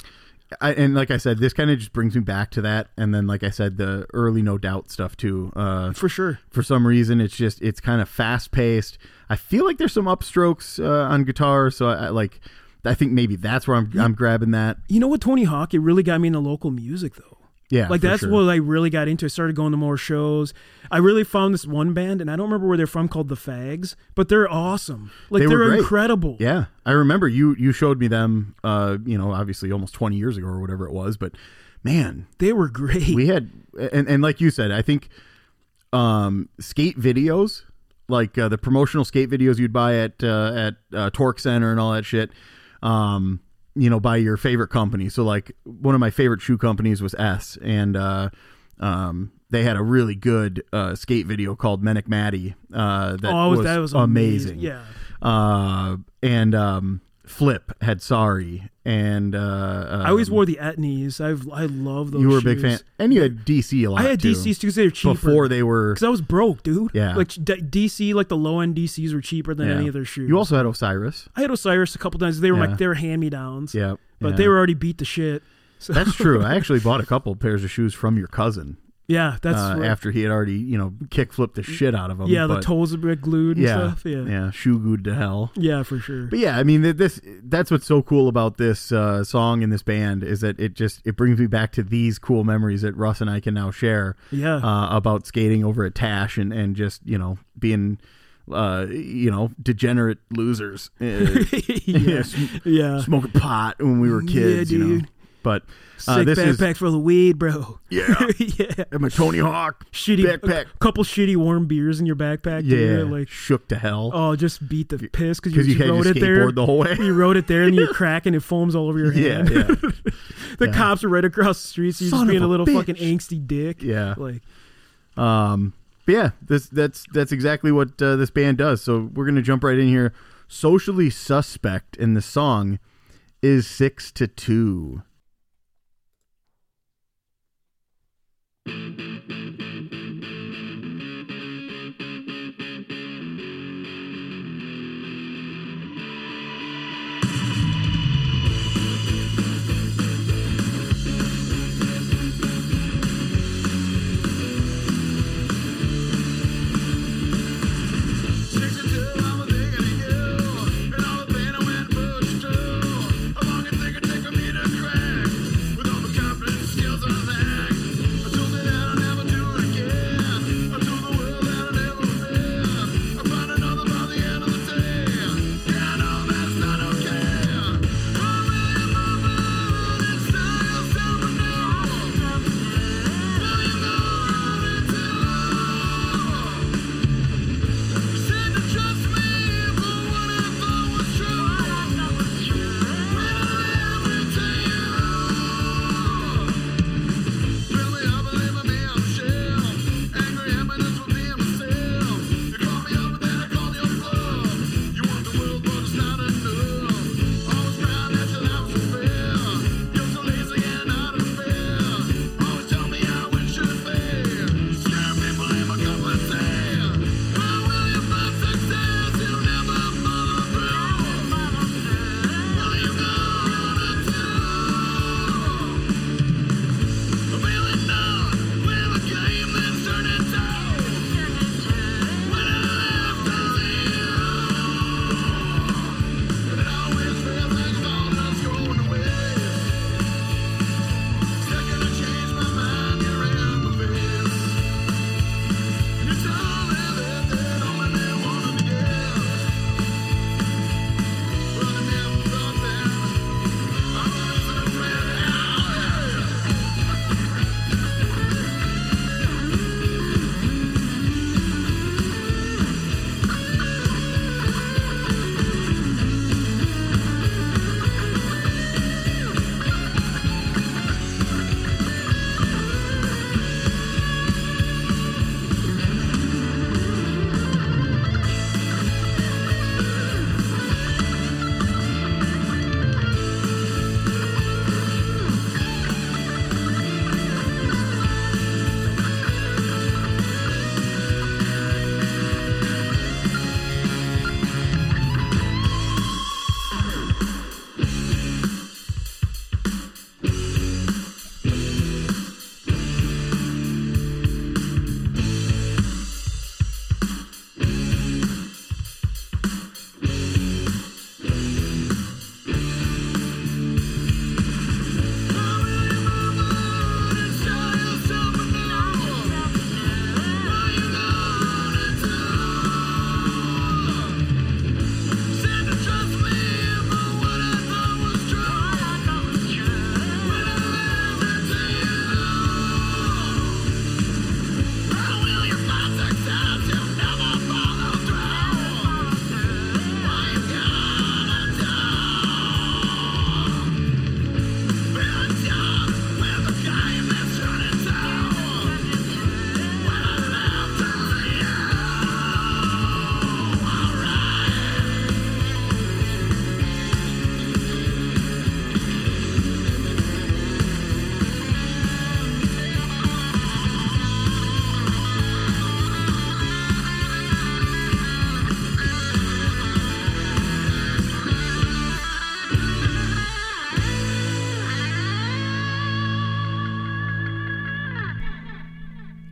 C: I, and like I said, this kind of just brings me back to that. And then, like I said, the early No Doubt stuff too. Uh,
A: For sure.
C: for some reason, it's just it's kind of fast paced. I feel like there's some upstrokes uh, on guitar, so I, I like. I think maybe that's where I'm I'm grabbing that.
A: You know what, Tony Hawk? It really got me into local music though.
C: Yeah,
A: like
C: for
A: that's
C: sure.
A: what I really got into. I started going to more shows. I really found this one band, and I don't remember where they're from, called the Fags, but they're awesome. Like
C: They were
A: are
C: great.
A: incredible.
C: Yeah, I remember you you showed me them. Uh, you know, obviously almost 20 years ago or whatever it was, but man,
A: They were great.
C: we had and, and like you said i think um skate videos like uh, the promotional skate videos you'd buy at uh, at uh, torque center and all that shit um you know by your favorite company so like one of my favorite shoe companies was s and uh um they had a really good uh, skate video called Menic Matty uh, that,
A: oh, I was,
C: was
A: that was
C: amazing.
A: Yeah.
C: Uh, and um, Flip had Sorry, and uh,
A: I always wore the Etnies. I've I love those.
C: you were a
A: shoes.
C: big fan, and you had DC a lot.
A: I had
C: too
A: DCs too. 'cause They were cheaper
C: before they were
A: because I was broke, dude.
C: Yeah.
A: Like D- DC, like the low end DCs were cheaper than
C: yeah.
A: any of their shoes.
C: You also had Osiris.
A: I had Osiris a couple times. They were
C: Yeah.
A: like they were hand me downs.
C: Yeah,
A: But
C: yeah.
A: they were already beat to shit. So
C: That's true. I actually bought a couple pairs of shoes from your cousin
A: yeah, that's
C: uh,
A: right.
C: after he had already, you know, kick flipped the shit out of them.
A: yeah. the
C: but-
A: toes were glued and
C: yeah,
A: stuff. Yeah. yeah,
C: shoe glued to hell.
A: for sure.
C: But yeah, I mean, th- this that's what's so cool about this uh, song and this band is that it just it brings me back to these cool memories that Russ and I can now share.
A: Yeah.
C: uh, about skating over at Tash and and just you know being. Uh, you know, degenerate losers. Uh,
A: yeah, yeah.
C: smoking pot when we were kids,
A: Yeah,
C: you know.
A: dude.
C: But uh,
A: Sick
C: this is
A: backpack full of weed, bro.
C: yeah,
A: yeah,
C: and my Tony Hawk
A: shitty a
C: backpack.
A: couple shitty warm beers in your backpack.
C: Yeah,
A: Yeah, like
C: shook to hell
A: oh, just beat the piss because you,
C: because you,
A: just
C: had your
A: rode
C: skateboard
A: it there.
C: the whole way.
A: you rode it there and you're cracking it foams all over your
C: yeah,
A: hand.
C: yeah,
A: the
C: yeah.
A: cops are right across the street, so you're
C: Son
A: just being
C: of
A: a
C: a
A: little
C: bitch.
A: fucking angsty dick.
C: Yeah.
A: like
C: um, but yeah. This that's that's exactly what uh, this band does. So we're gonna jump right in here. Socially suspect, and the song is six to two.
D: Skills on the back. I told it out now.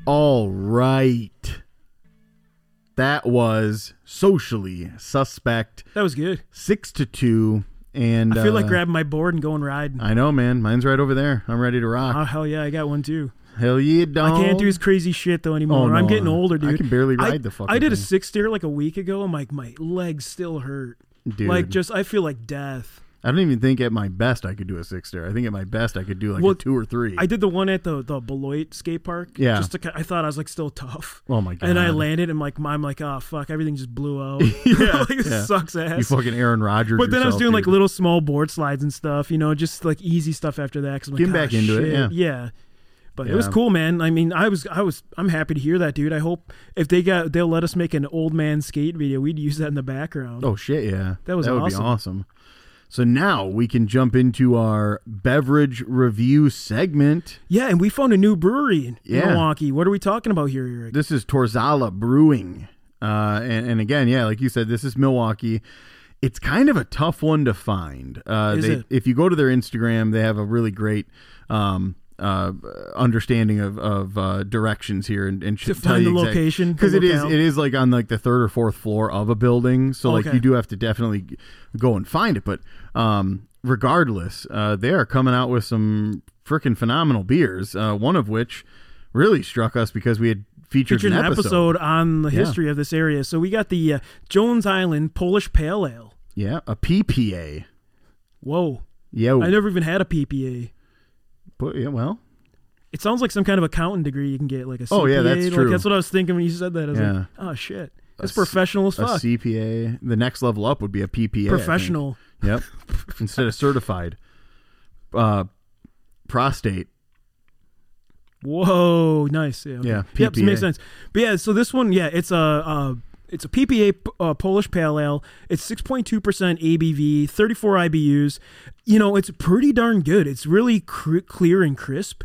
C: All right. That was socially suspect
A: That was good.
C: six to two, and
A: I feel like
C: uh,
A: grabbing my board and going riding.
C: I know, man. Mine's right over there. I'm ready to rock.
A: Oh hell yeah, I got one too.
C: Hell yeah,
A: I
C: don't.
A: can't do this crazy shit though anymore.
C: Oh,
A: I'm
C: no.
A: getting older,
C: I
A: dude.
C: can barely
A: I-
C: ride the fucking
A: I did a
C: thing.
A: six steer like a week ago. I'm like, my legs still hurt.
C: Dude.
A: Like, just I feel like death.
C: I don't even think at my best I could do a six there. I think at my best I could do like
A: Well,
C: a two or three.
A: I did the one at the the Beloit skate park.
C: Yeah.
A: just to, ki- I thought I was like still tough.
C: Oh, my
A: And I
C: God.
A: landed and like I'm like, oh fuck, everything just blew out.
C: Yeah,
A: like, this
C: yeah.
A: sucks
C: you
A: ass.
C: fucking Aaron Rodgers.
A: But then I was
C: yourself,
A: doing like
C: dude.
A: little small board slides and stuff, you know, just like easy stuff after that. Cause I'm like,
C: Getting back
A: "Ah,
C: into it,
A: shit."
C: yeah.
A: yeah. But it was
C: Yeah.
A: cool, man. I mean, I was, I was, I'm happy to hear that, dude. I hope if they got, they'll let us make an old man skate video. We'd use that in the background.
C: Oh shit! Yeah,
A: That was
C: that would
A: awesome.
C: be awesome. So now we can jump into our beverage review segment.
A: Yeah, and we found a new brewery in
C: Yeah.
A: Milwaukee. What are we talking about here, Eric?
C: This is Torzala Brewing, uh, and, and again, yeah, like you said, this is Milwaukee. It's kind of a tough one to find. Uh,
A: Is
C: they,
A: it?
C: If you go to their Instagram, they have a really great um, uh, understanding of, of uh, directions here and, and should
A: To
C: tell
A: find
C: you
A: the location, to
C: because it
A: look
C: is
A: out.
C: it is like on like the third or fourth floor of a building. So like
A: Okay.
C: you do have to definitely g- go and find it. But um, regardless, uh, they are coming out with some freaking phenomenal beers. Uh, one of which really struck us because we had featured,
A: Featured
C: an episode.
A: on the
C: Yeah.
A: history of this area. So we got the uh, Jones Island Polish Pale Ale.
C: Yeah, a PPA.
A: Whoa,
C: Yeah,
A: I never even had a PPA.
C: but, yeah, well,
A: It sounds like some kind of accounting degree you can get, like a CPA.
C: Oh, yeah, that's
A: like,
C: true.
A: That's what I was thinking when you said that. I was
C: Yeah.
A: like, oh shit, that's
C: s-
A: professional as
C: a
A: fuck.
C: CPA. The next level up would be a PPA. I think.
A: professional.
C: Yep. Instead of certified, uh, prostate.
A: Whoa, nice. Yeah, okay.
C: Yeah,
A: yep, so it makes
C: PPA.
A: sense. But yeah, so this one, yeah, it's a uh, it's a PPA p- uh, Polish Pale Ale. It's six point two percent ABV, thirty four IBUs. You know, it's pretty darn good. It's really cr- clear and crisp.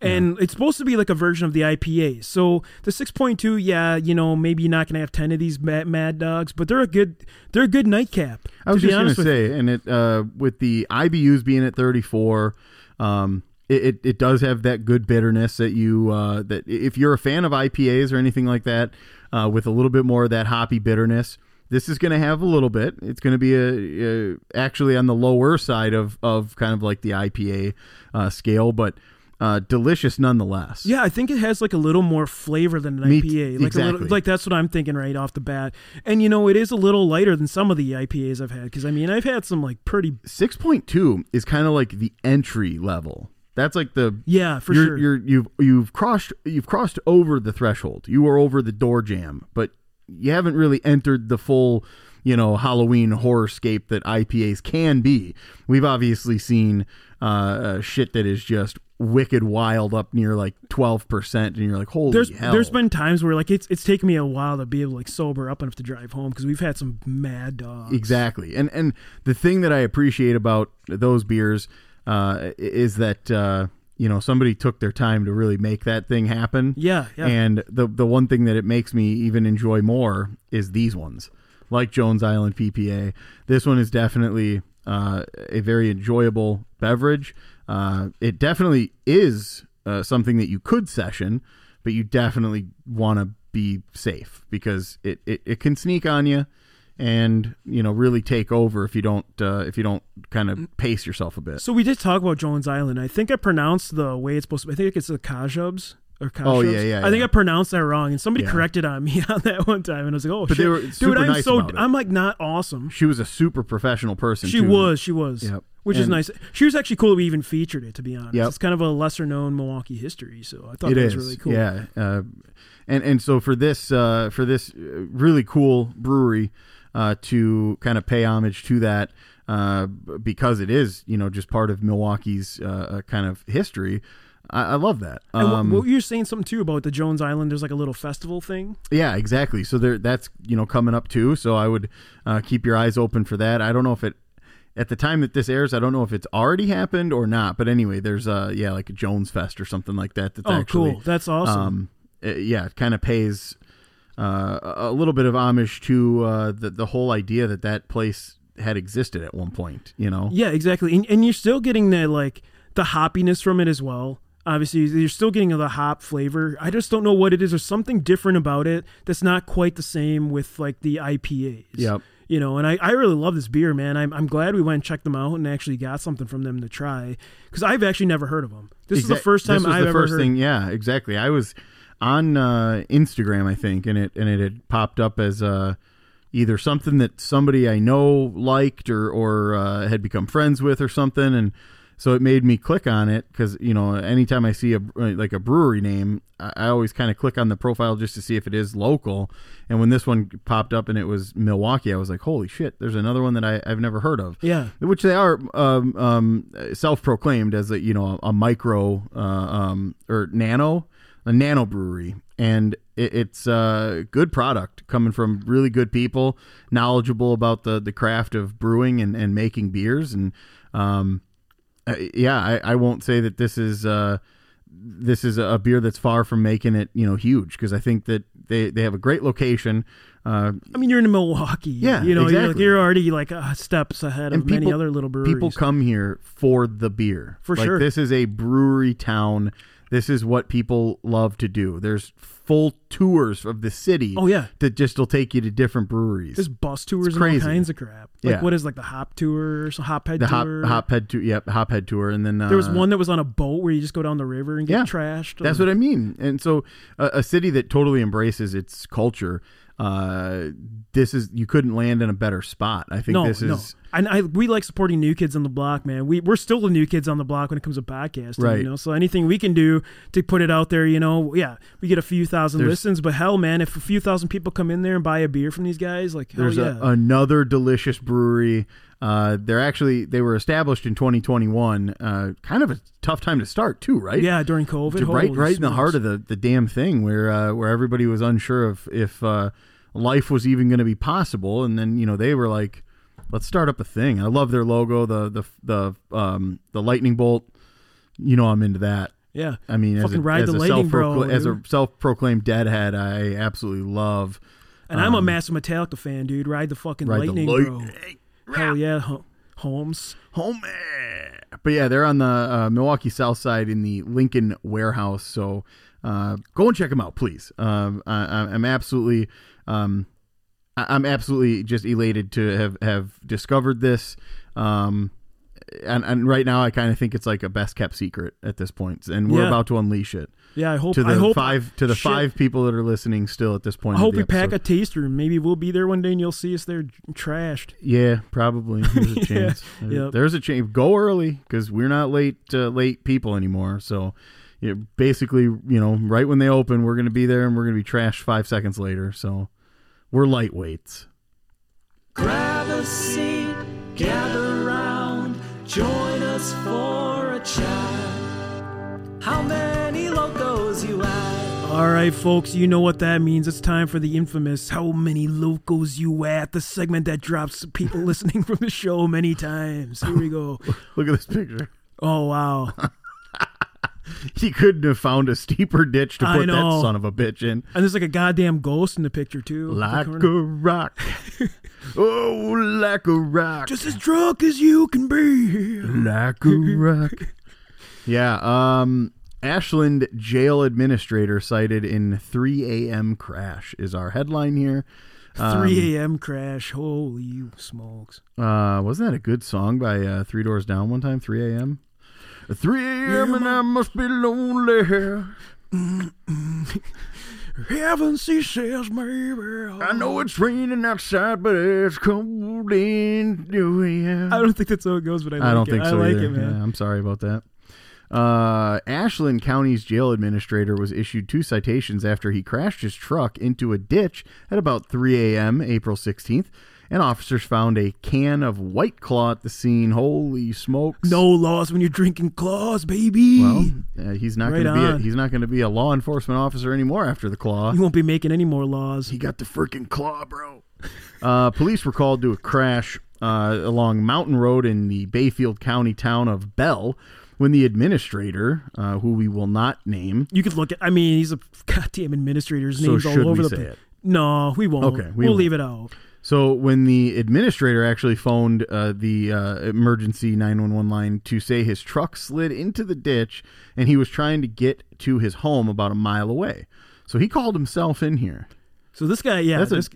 A: And it's supposed to be like a version of the IPA. So the 6.2, yeah, you know, maybe you're not gonna have 10 of these mad, mad dogs, but they're a good, they're a good nightcap.
C: I was
A: to be
C: just gonna
A: honest with you.
C: say, and it uh, with the IBUs being at 34, um, it, it it does have that good bitterness that you uh, that if you're a fan of IPAs or anything like that, uh, with a little bit more of that hoppy bitterness. This is going to have a little bit. It's going to be a, a actually on the lower side of, of kind of like the IPA uh, scale, but uh, delicious nonetheless.
A: Yeah, I think it has like a little more flavor than an
C: Me-
A: IPA. Like a
C: exactly.
A: little, like that's what I'm thinking right off the bat. And you know, it is a little lighter than some of the IPAs I've had because I mean, I've had some like pretty
C: six point two is kind of like the entry level. That's like the
A: yeah for
C: you're,
A: sure.
C: You're, you've you've crossed you've crossed over the threshold. You are over the door jam, but you haven't really entered the full, you know, Halloween horrorscape that IPAs can be. We've obviously seen uh, uh, shit that is just wicked wild up near like twelve percent, and you're like, holy
A: there's
C: hell!
A: there's been times where like it's it's taken me a while to be able to like sober up enough to drive home because we've had some mad dogs.
C: E Exactly. And and the thing that I appreciate about those beers uh, is that uh, you know somebody took their time to really make that thing happen.
A: Yeah, yeah.
C: And the the one thing that it makes me even enjoy more is these ones, like Jones Island PPA. This one is definitely uh, a very enjoyable beverage. Uh, it definitely is uh, something that you could session, but you definitely want to be safe because it, it, it can sneak on you and you know really take over if you don't uh, if you don't kind of pace yourself a bit.
A: So we did talk about Jones Island. I think I pronounced the way it's supposed to. I think it's the Kajubs or Kajubs.
C: Oh, yeah, yeah,
A: I think
C: yeah.
A: I pronounced that wrong, and somebody
C: Yeah.
A: corrected on me on that one time, and I was like, oh
C: But they
A: shit,
C: were
A: dude,
C: super
A: I'm
C: nice
A: so
C: about it.
A: I'm like not awesome.
C: She was a super professional person.
A: She
C: too.
A: was, she was.
C: Yep.
A: Which is
C: And-
A: nice. She was actually cool that we even featured it, to be honest.
C: Yep.
A: It's kind of a lesser known Milwaukee history, so I thought
C: It
A: that
C: is,
A: was really cool.
C: Yeah, uh, and and so for this uh, for this uh, really cool brewery uh, to kind of pay homage to that uh, b- because it is you know just part of Milwaukee's uh, uh, kind of history. I, I love that.
A: And wh-
C: Um,
A: what you were saying something too about the Jones Island, there's like a little festival thing.
C: yeah, exactly. So there, that's you know coming up too. So I would uh, keep your eyes open for that. I don't know if it at the time that this airs, I don't know if it's already happened or not. But anyway, there's uh yeah like a Jones Fest or something like that. That's
A: oh,
C: actually
A: cool. That's awesome.
C: um, it- yeah, it kind of pays uh, a a little bit of homage to uh, the the whole idea that that place had existed at one point. You know,
A: yeah, exactly. And, and you're still getting that like the hoppiness from it as well. Obviously, you're still getting the hop flavor. I just don't know what it is. There's something different about it that's not quite the same with like the IPAs.
C: Yep.
A: You know, and I, I really love this beer, man. I'm, I'm glad we went and checked them out and actually got something from them to try because I've actually never heard of them. This is the
C: Exact-
A: first time
C: this was
A: I've
C: the
A: ever
C: first
A: heard.
C: thing. Yeah, exactly. I was on uh, Instagram, I think, and it and it had popped up as uh, either something that somebody I know liked or or uh, had become friends with or something, and so it made me click on it because you know anytime I see a uh, like a brewery name, I, I always kind of click on the profile just to see if it is local. And when this one popped up and it was Milwaukee, I was like, holy shit! There's another one that I, I've never heard of
A: Yeah.
C: which they are um, um, self-proclaimed as a you know a micro uh, um, or nano a nano brewery and it, it's a good product coming from really good people knowledgeable about the the craft of brewing and, and making beers and um, uh, yeah I, I won't say that this is uh, this is a beer that's far from making it you know huge because I think that they, they have a great location uh,
A: I mean, you're in Milwaukee.
C: Yeah,
A: You know, you're, like,
C: exactly.
A: you're already like uh, steps ahead of
C: And
A: many other little breweries.
C: People come here for the beer.
A: For
C: Like,
A: sure.
C: This is a brewery town. This is what people love to do. There's full tours of the city.
A: Oh, yeah.
C: that just will take you to different breweries.
A: There's bus tours
C: It's
A: and all
C: crazy.
A: kinds of crap. Like
C: Yeah.
A: what is like the hop tour, so hop head
C: the hop
A: tour.
C: hop head tour. Yep, hop head tour. And then uh,
A: there was one that was on a boat where you just go down the river and get
C: Yeah.
A: trashed. Oh,
C: That's what I mean. And so, a a city that totally embraces its culture. Uh, this is you couldn't land in a better spot. I think
A: no,
C: this is
A: no. And I we like supporting new kids on the block, man. We we're still the new kids on the block when it comes to podcasting,
C: Right.
A: you know. So anything we can do to put it out there, you know, yeah, we get a few thousand
C: There's-
A: listens, but hell, man, if a few thousand people come in there and buy a beer from these guys, like hell
C: There's
A: Oh, yeah.
C: a, another delicious brewery. Uh, they're actually they were established in 2021. Uh, kind of a tough time to start too, right?
A: yeah, during COVID,
C: right,
A: holy
C: right in the
A: smokes.
C: heart of the, the damn thing, where uh, where everybody was unsure of if uh, life was even going to be possible, and then you know they were like, "Let's start up a thing." I love their logo, the the the um, the lightning bolt. You know, I'm into that.
A: yeah.
C: I mean, as a,
A: Fucking ride
C: as
A: the
C: a
A: lightning, bro,
C: self-procla- as a
A: dude.
C: self-proclaimed deadhead, I absolutely love.
A: And I'm a massive Metallica fan, dude. Ride the fucking
C: um, Ride
A: lightning,
C: the light-
A: bro. Hell yeah, Ho- Holmes.
C: Home. But yeah, they're on the uh, Milwaukee South Side in the Lincoln warehouse. So uh, go and check them out, please. Um, I, I- I'm absolutely, um, I- I'm absolutely just elated to have have discovered this. Um, and, and right now, I kind of think it's like a best kept secret at this point, and we're
A: Yeah.
C: about to unleash it
A: Yeah, I hope.
C: to the
A: I hope
C: five to the
A: shit.
C: five people that are listening still at this
A: I
C: point. of
A: hope
C: the
A: we pack
C: episode.
A: a taster. Maybe we'll be there one day and you'll see us there j- trashed.
C: Yeah, probably. There's a chance. There-
A: yep.
C: There's a chance. Go early because we're not late uh, late people anymore. So, you know, basically, you know, right when they open, we're gonna be there and we're gonna be trashed five seconds later. So, we're lightweights.
D: Grab a seat, gather round, join us for a chat. How many locos you at?
A: All right, folks, you know what that means. It's time for the infamous "How many locals you at?" the segment that drops people listening from the show many times. Here we go.
C: Look at this picture.
A: Oh wow,
C: He couldn't have found a steeper ditch to
A: I
C: put
A: know.
C: that son of a bitch in.
A: and there's like a goddamn ghost in the picture too.
C: Like a rock. oh, like a rock.
A: Just as drunk as you can be.
C: like a rock. yeah. Um, Ashland jail administrator cited in 3 a.m. crash is our headline here.
A: 3
C: Um,
A: a.m. crash. Holy smokes.
C: Uh, wasn't that a good song by uh, Three Doors Down one time? 3 a.m. 3 a.m. and I must be lonely.
A: Heaven she says maybe.
C: I know it's raining outside, but it's cold in the air.
A: I don't think that's how it goes, but I like
C: I don't
A: it.
C: think
A: I
C: so
A: like
C: either.
A: it, man.
C: Yeah, I'm sorry about that. Uh, Ashland County's jail administrator was issued two citations after he crashed his truck into a ditch at about 3 a.m. April 16th, and officers found a can of White Claw at the scene. Holy smokes!
A: No laws when you're drinking claws, baby.
C: Well, uh, he's not
A: Right
C: going to be. A,
A: on.
C: he's not going to be a law enforcement officer anymore after the claw.
A: you won't be making any more laws.
C: He got the freaking claw, bro. Uh, police were called to a crash uh, along Mountain Road in the Bayfield County town of Bell when the administrator, uh, who we will not name,
A: You could look at. I mean, he's a goddamn administrator's
C: So
A: names all
C: should
A: over
C: we
A: the
C: say
A: pla-
C: it?
A: No, we won't.
C: Okay, we
A: will
C: won't.
A: leave it out.
C: So when the administrator actually phoned uh, the uh, emergency 911 line to say his truck slid into the ditch and he was trying to get to his home about a mile away. So he called himself in here.
A: So this guy, yeah,
C: That's a-
A: this-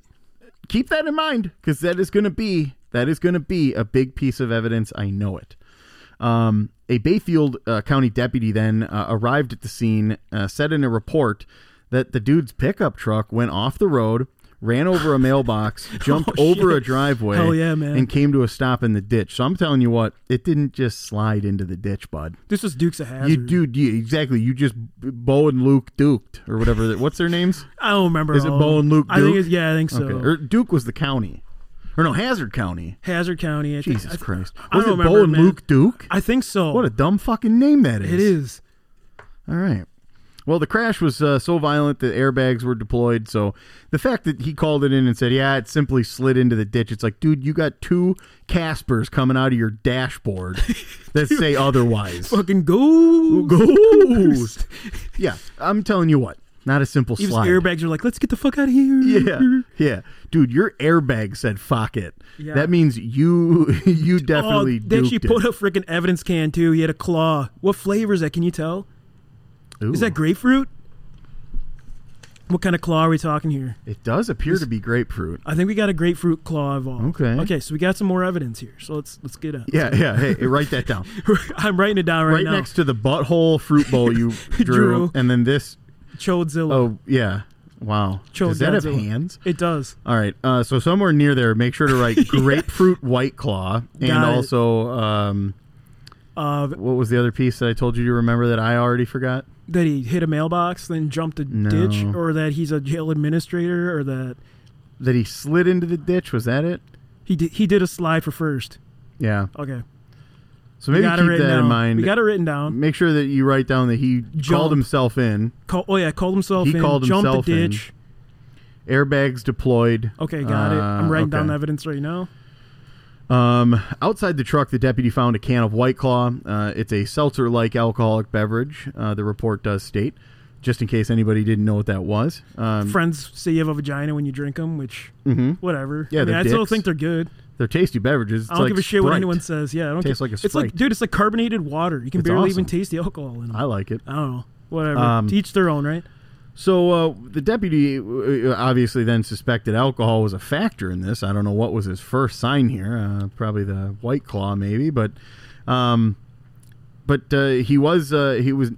C: Keep that in mind because that is going to be that is going to be a big piece of evidence. I know it. Um, a Bayfield uh, County deputy then uh, arrived at the scene, uh, said in a report that the dude's pickup truck went off the road, ran over a mailbox, jumped
A: Oh,
C: over
A: shit.
C: a driveway,
A: Hell yeah, man.
C: and came to a stop in the ditch. So I'm telling you what, it didn't just slide into the ditch, bud.
A: this was Dukes of Hazzard.
C: You dude, you, exactly. You just Bo and Luke duked or whatever. that- What's their names?
A: I don't remember.
C: Is it
A: all of them.
C: Bo and Luke
A: I think
C: Duke?
A: it's, yeah, I think so.
C: Okay. er- Or Duke was the county, or no Hazard County.
A: Hazard County. I think-
C: Jesus
A: I-
C: Christ,
A: I
C: was
A: don't
C: it
A: remember,
C: Bo and
A: man.
C: Luke Duke?
A: I think so.
C: What a dumb fucking name that is.
A: it is.
C: All right. Well, the crash was uh, so violent that airbags were deployed. So the fact that he called it in and said, "Yeah, it simply slid into the ditch," it's like, dude, you got two Caspers coming out of your dashboard that say otherwise.
A: Fucking go.
C: Ghost. yeah, I'm telling you what, not a simple
A: Even
C: slide.
A: airbags are like, let's get the fuck out of here. Oh,
C: Yeah, yeah, dude, your airbag said "fuck it."
A: Yeah.
C: That means you, you
A: Oh,
C: definitely.
A: they actually
C: duked
A: put
C: it.
A: a freaking evidence can too. He had a claw. What flavor is that? Can you tell?
C: Ooh.
A: Is that grapefruit? What kind of claw are we talking here?
C: It does appear to be grapefruit.
A: I think we got a grapefruit claw involved.
C: Okay.
A: Okay, so we got some more evidence here. So let's let's get up.
C: Yeah, yeah. Hey, write that down.
A: I'm writing it down right,
C: right
A: now.
C: next to the butthole fruit bowl you drew,
A: Drew.
C: and then this.
A: Chodzilla.
C: Oh yeah, wow.
A: Cho
C: Does that have
A: Godzilla.
C: hands?
A: It does.
C: All right. Uh, so somewhere near there, make sure to write grapefruit white claw, and
A: Got it.
C: also um,
A: Uh,
C: what was the other piece that I told you to remember that I already forgot?
A: that he hit a mailbox, then jumped a ditch, or that he's a jail administrator, or that
C: That he slid into the ditch. Was that it?
A: he did, he did a slide for first.
C: Yeah.
A: Okay,
C: So maybe
A: we got it
C: keep that
A: written down.
C: in mind.
A: We got it written down.
C: make sure that you write down that he
A: Jump.
C: called himself in.
A: Call, oh yeah, called himself
C: He
A: in.
C: called
A: jumped
C: himself
A: a
C: in.
A: ditch.
C: Airbags deployed.
A: Okay, got it. I'm
C: Uh,
A: writing down
C: okay.
A: the evidence right now.
C: Um, outside the truck, the deputy found a can of White Claw. Uh, it's a seltzer like alcoholic beverage, uh, the report does state, just in case anybody didn't know what that was. Um,
A: Friends say you have a vagina when you drink them, which
C: mhm.
A: whatever.
C: Yeah,
A: I, mean,
C: they're
A: I still
C: dicks.
A: think they're good.
C: They're tasty beverages. It's
A: I don't
C: like
A: give a shit what
C: Sprite.
A: anyone says. Yeah, I don't
C: Tastes
A: give-
C: like a
A: It's like
C: Sprite.
A: dude, it's like carbonated water. You can
C: It's
A: barely even
C: awesome.
A: taste the alcohol in them.
C: I
A: I,
C: like it.
A: don't know. Whatever.
C: Um,
A: to each their own, right?
C: So uh, the deputy uh, obviously then suspected alcohol was a factor in this. I don't know what was his first sign here. Uh, probably the white claw, maybe. But, um, but uh, he was uh, he was.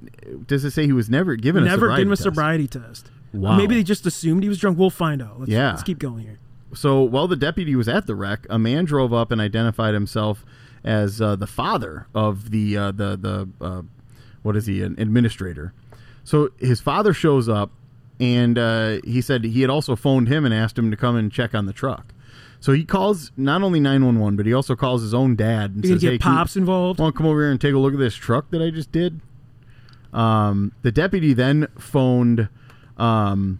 C: Does it say he was never given a
A: Never
C: sobriety
A: give him a
C: test?
A: sobriety test.
C: Wow.
A: Maybe they just assumed he was drunk. We'll find out. Let's,
C: Yeah.
A: let's keep going here.
C: So while the deputy was at the wreck, a man drove up and identified himself as uh, the father of the uh, the the uh, what is he an administrator? So his father shows up, and uh, he said he had also phoned him and asked him to come and check on the truck. So he calls not only nine one one, but he also calls his own dad and
A: You gonna
C: says,
A: get
C: "Hey, can you-
A: pops involved?
C: Want to come over here and take a look at this truck that I just did? Um, the deputy then phoned um,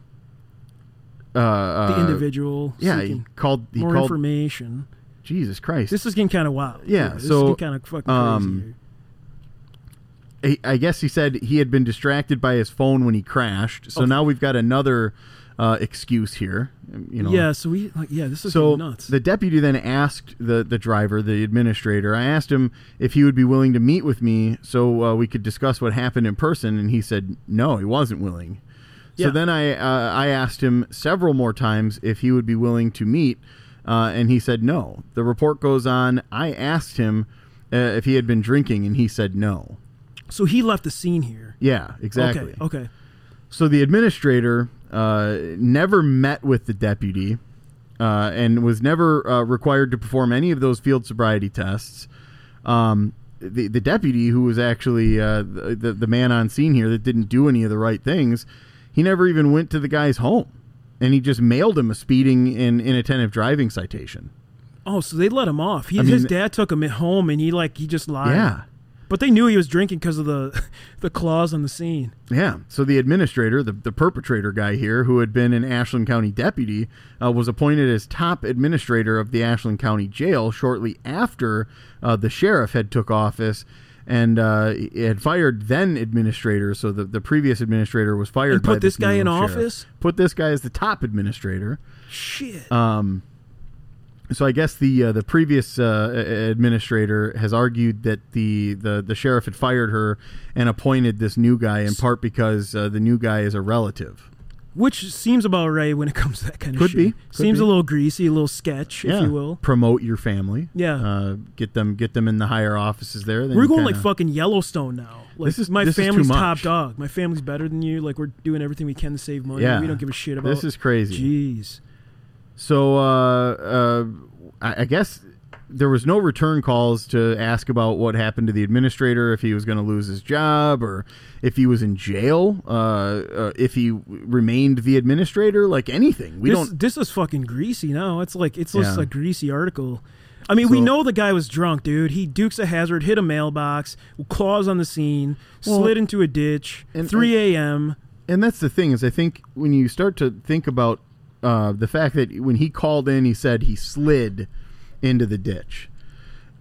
C: uh,
A: The
C: uh,
A: individual.
C: Yeah, he
A: seeking
C: called. He
A: more
C: called.
A: information.
C: Jesus Christ!
A: This is getting kind of wild.
C: Yeah,
A: This
C: so,
A: is kind of fucking
C: um,
A: crazy. Here.
C: I I guess he said he had been distracted by his phone when he crashed. So now we've got another uh, excuse here. You know.
A: yeah, so we like yeah, this is
C: So
A: nuts.
C: the deputy then asked the the driver, the administrator. I asked him if he would be willing to meet with me so uh, we could discuss what happened in person, and he said no, he wasn't willing. So
A: Yeah.
C: then I uh, I asked him several more times if he would be willing to meet, uh, and he said no. The report goes on. I asked him uh, if he had been drinking, and he said no.
A: so he left the scene here.
C: Yeah, exactly.
A: Okay, okay.
C: So the administrator uh, never met with the deputy uh, and was never uh, required to perform any of those field sobriety tests. Um, the, the deputy, who was actually uh, the, the, the man on scene here that didn't do any of the right things, he never even went to the guy's home. And he just mailed him a speeding and inattentive driving citation.
A: Oh, so they let him off. He,
C: I mean-
A: his dad took him at home, and he like he just lied.
C: Yeah.
A: but they knew he was drinking because of the the claws on the scene.
C: Yeah. So the administrator, the, the perpetrator guy here, who had been an Ashland County deputy, uh, was appointed as top administrator of the Ashland County Jail shortly after uh, the sheriff had took office and uh, he had fired then administrator. So the, the previous administrator was fired.
A: And put
C: by
A: this guy
C: new
A: in
C: sheriff.
A: office?
C: Put this guy as the top administrator.
A: Shit.
C: Um, So I guess the uh, the previous uh, a- administrator has argued that the, the the sheriff had fired her and appointed this new guy in part because uh, the new guy is a relative.
A: Which seems about right when it comes to that kind of
C: Could
A: shit.
C: be, could
A: seems
C: be.
A: a little greasy, a little sketch, if you will.
C: promote your family.
A: Yeah.
C: uh, get them get them in the higher offices there. Then
A: We're
C: you
A: going like
C: kinda-
A: fucking Yellowstone now. Like
C: This is-
A: my
C: this is too
A: family's top
C: much.
A: dog. My family's better than you. Like we're doing everything we can to save money.
C: Yeah.
A: We don't give a shit about.
C: This is crazy.
A: Jeez.
C: So uh, uh, I, I guess there was no return calls to ask about what happened to the administrator, if he was going to lose his job, or if he was in jail, uh, uh, if he w- remained the administrator, like anything. We
A: this,
C: don't.
A: This is fucking greasy. No, it's like it's just
C: Yeah.
A: a greasy article. I mean, we
C: So-
A: know the guy was drunk, dude. He dukes a hazard, hit a mailbox, claws on the scene, slid into a ditch.
C: and-
A: 3 a.m.
C: And that's the thing is, I think when you start to think about uh, the fact that when he called in, he said he slid into the ditch.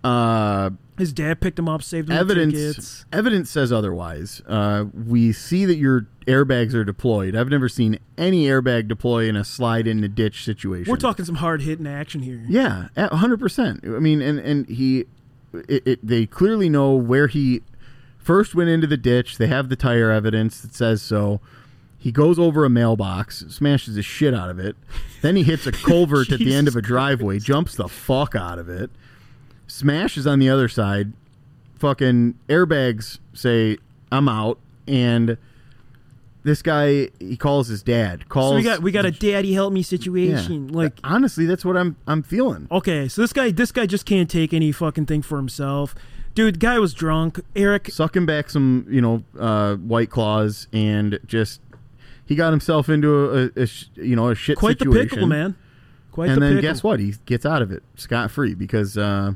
C: Uh,
A: His dad picked him up, saved him the
C: evidence
A: tickets.
C: evidence says otherwise. Uh, we see that your airbags are deployed. I've never seen any airbag deploy in a slide in a ditch situation.
A: We're talking some hard hitting action here.
C: Yeah, hundred percent. I mean, and and he, it, it, they clearly know where he first went into the ditch. They have the tire evidence that says so. He goes over a mailbox, smashes the shit out of it. Then he hits a culvert at the end of a driveway, jumps the fuck out of it, smashes on the other side. Fucking airbags say, "I'm out," and this guy he calls his dad. Calls
A: So we got we got a daddy help me situation. Like
C: honestly, that's what I'm I'm feeling.
A: okay, so this guy this guy just can't take any fucking thing for himself. Dude, guy was drunk. Eric
C: sucking back some you know uh, white claws and just he got himself into a, a, a sh- you know a shit
A: quite the
C: situation.
A: pickle, man. Quite
C: and
A: the
C: then
A: pickle.
C: guess what? He gets out of it scot free because uh,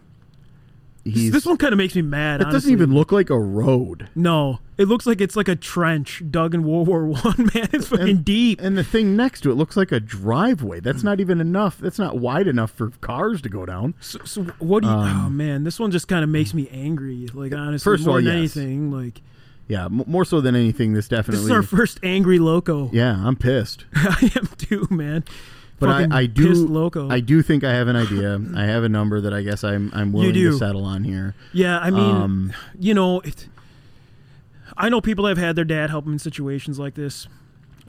C: he's
A: This one kind of makes me mad.
C: It doesn't
A: honestly.
C: even look like a road.
A: No, it looks like it's like a trench dug in World War One. Man, it's fucking deep.
C: And the thing next to it looks like a driveway. That's
A: Hmm.
C: not even enough. That's not wide enough for cars to go down.
A: so, so what do you? oh man, this one just kind of makes me angry. Like honestly,
C: Um, First of
A: more
C: all,
A: than
C: yes.
A: anything, like
C: Yeah, m- more so than anything, this definitely.
A: this is our first angry loco.
C: yeah, I'm pissed.
A: I am too, man.
C: But
A: Fucking
C: I, I do
A: pissed loco.
C: I do think I have an idea. I have a number that I guess I'm I'm willing
A: do.
C: to settle on here.
A: yeah, I mean,
C: Um,
A: you know, it, I know people that have had their dad help them in situations like this,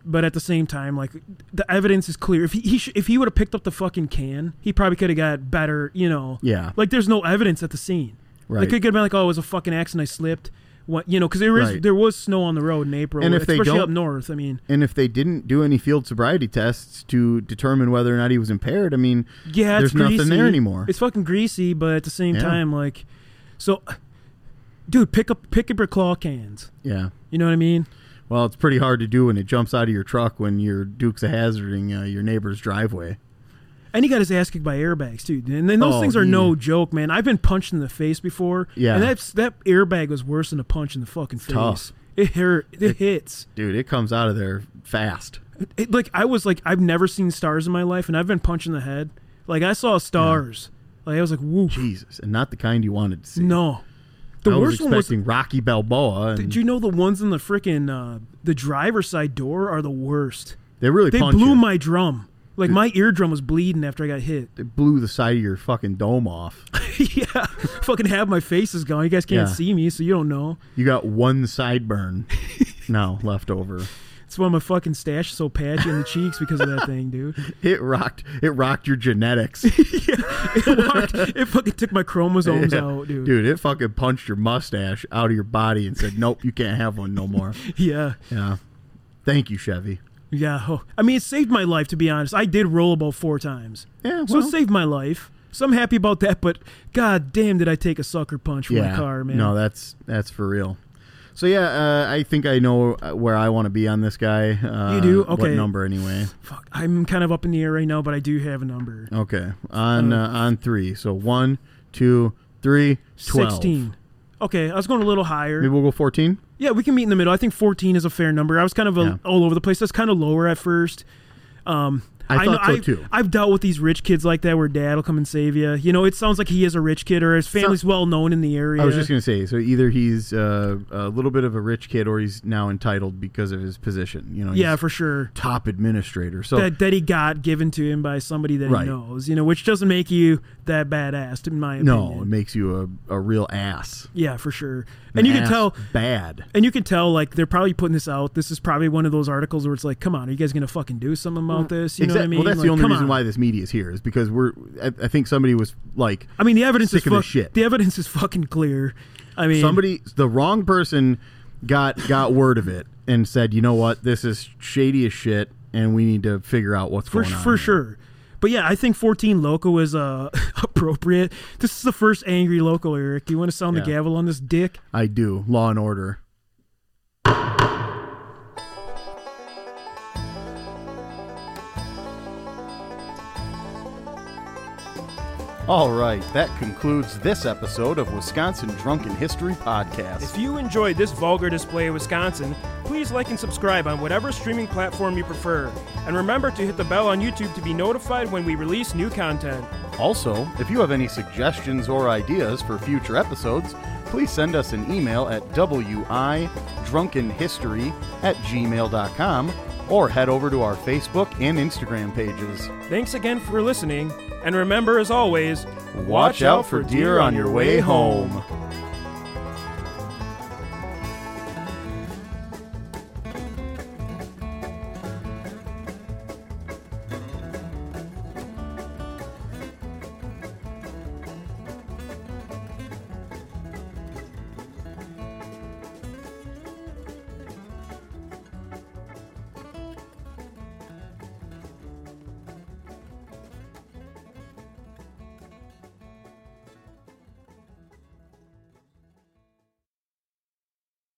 A: but at the same time, like the evidence is clear. If he, he sh- if he would have picked up the fucking can, he probably could have got better. You know,
C: Yeah.
A: Like there's no evidence at the scene.
C: Right.
A: Like it could have been like, oh, it was a fucking accident. I slipped. What you know? Because there is
C: Right.
A: there was snow on the road in April,
C: And if they
A: especially
C: don't-
A: up north. I mean,
C: And if they didn't do any field sobriety tests to determine whether or not he was impaired, I mean,
A: yeah,
C: there's
A: it's greasy.
C: nothing there anymore.
A: It's fucking greasy, but at the same
C: Yeah.
A: time, like, so, dude, pick up pick up your claw cans.
C: yeah.
A: You know what I mean?
C: Well, it's pretty hard to do when it jumps out of your truck when you're Dukes of Hazarding uh, your neighbor's driveway.
A: And he got his ass kicked by airbags too. And then those
C: Oh,
A: things are
C: yeah.
A: no joke, man. I've been punched in the face before.
C: Yeah.
A: And that's that airbag was worse than a punch in the fucking face.
C: tough.
A: It hurt. It, hits.
C: Dude, it comes out of there fast.
A: It, like I was like I've never seen stars in my life, and I've been punched in the head. Like I saw stars. Like I was like, woo.
C: Jesus, and not the kind you wanted to see.
A: No. The
C: I was
A: worst one was.
C: expecting Rocky Balboa. And
A: Did you know the ones in the frickin' uh, the driver's side door are the worst?
C: they really
A: They
C: punch
A: blew
C: you.
A: my drum. Like my eardrum was bleeding after I got hit.
C: They blew the side of your fucking dome off.
A: yeah, fucking half my face is gone. You guys can't
C: Yeah.
A: see me, so you don't know.
C: You got one sideburn now left over.
A: That's why my fucking stash is so patchy in the cheeks because of that thing, dude.
C: It rocked. It rocked your genetics.
A: It, marked- it fucking took my chromosomes
C: Yeah.
A: out, dude.
C: it fucking punched your mustache out of your body and said, "Nope, you can't have one no more."
A: Yeah,
C: yeah. Thank you, Chevy.
A: yeah. Oh. I mean, it saved my life, to be honest. I did roll about four times.
C: Yeah,
A: so
C: well-
A: it saved my life. So I'm happy about that, but god damn, did I take a sucker punch from
C: yeah.
A: my car, man.
C: No, that's that's for real. So yeah, uh, I think I know uh, where I want to be on this guy. Uh,
A: You do?
C: What
A: Okay.
C: number anyway?
A: Fuck, I'm kind of up in the air right now, but I do have a number.
C: Okay. On uh, on three. So one, two, three, twelve.
A: 16. Okay, I was going a little higher.
C: Maybe we'll go fourteen.
A: Yeah, we can meet in the middle. I think 14 is a fair number. I was kind of a,
C: Yeah.
A: all over the place. That's kind of lower at first. Um,
C: I thought so
A: know,
C: too.
A: I, have dealt with these rich kids like that, where dad will come and save you. You know, it sounds like he is a rich kid, or his family's well known in the area.
C: I was just going to say, so either he's uh, a little bit of a rich kid, or he's now entitled because of his position. You know,
A: yeah,
C: he's
A: for sure.
C: top administrator. So
A: That that he got given to him by somebody that
C: Right.
A: he knows. You know, which doesn't make you that badass, in my opinion.
C: no, it makes you a, a real ass.
A: Yeah, for sure. And you
C: An
A: can
C: ass
A: tell
C: bad.
A: and you can tell like they're probably putting this out. This is probably one of those articles where it's like, come on, are you guys gonna fucking do something about this? You know what I
C: Exact-
A: mean?
C: Well, that's
A: Like,
C: the only
A: come
C: reason
A: on.
C: why this media is here is because we're. I, I think somebody was like,
A: I mean the evidence
C: Sick
A: is
C: of this
A: fuck-
C: shit.
A: the evidence is fucking clear. I mean
C: somebody, the wrong person, got got word of it and said, you know what, this is shady as shit, and we need to figure out what's
A: for
C: going on.
A: for
C: here."
A: sure. But yeah, I think 14 Loco is uh, appropriate. This is the first angry Loco, Eric. Do you want to sound the
C: Yeah.
A: gavel on this dick?
C: I do. Law and Order.
E: All right, that concludes this episode of Wisconsin Drunken History Podcast.
B: If you enjoyed this vulgar display of Wisconsin, please like and subscribe on whatever streaming platform you prefer. And remember to hit the bell on YouTube to be notified when we release new content.
E: Also, if you have any suggestions or ideas for future episodes, please send us an email at widrunkenhistory at gmail.com or head over to our Facebook and Instagram pages.
B: Thanks again for listening, and remember as always,
E: Watch out for deer on your way home.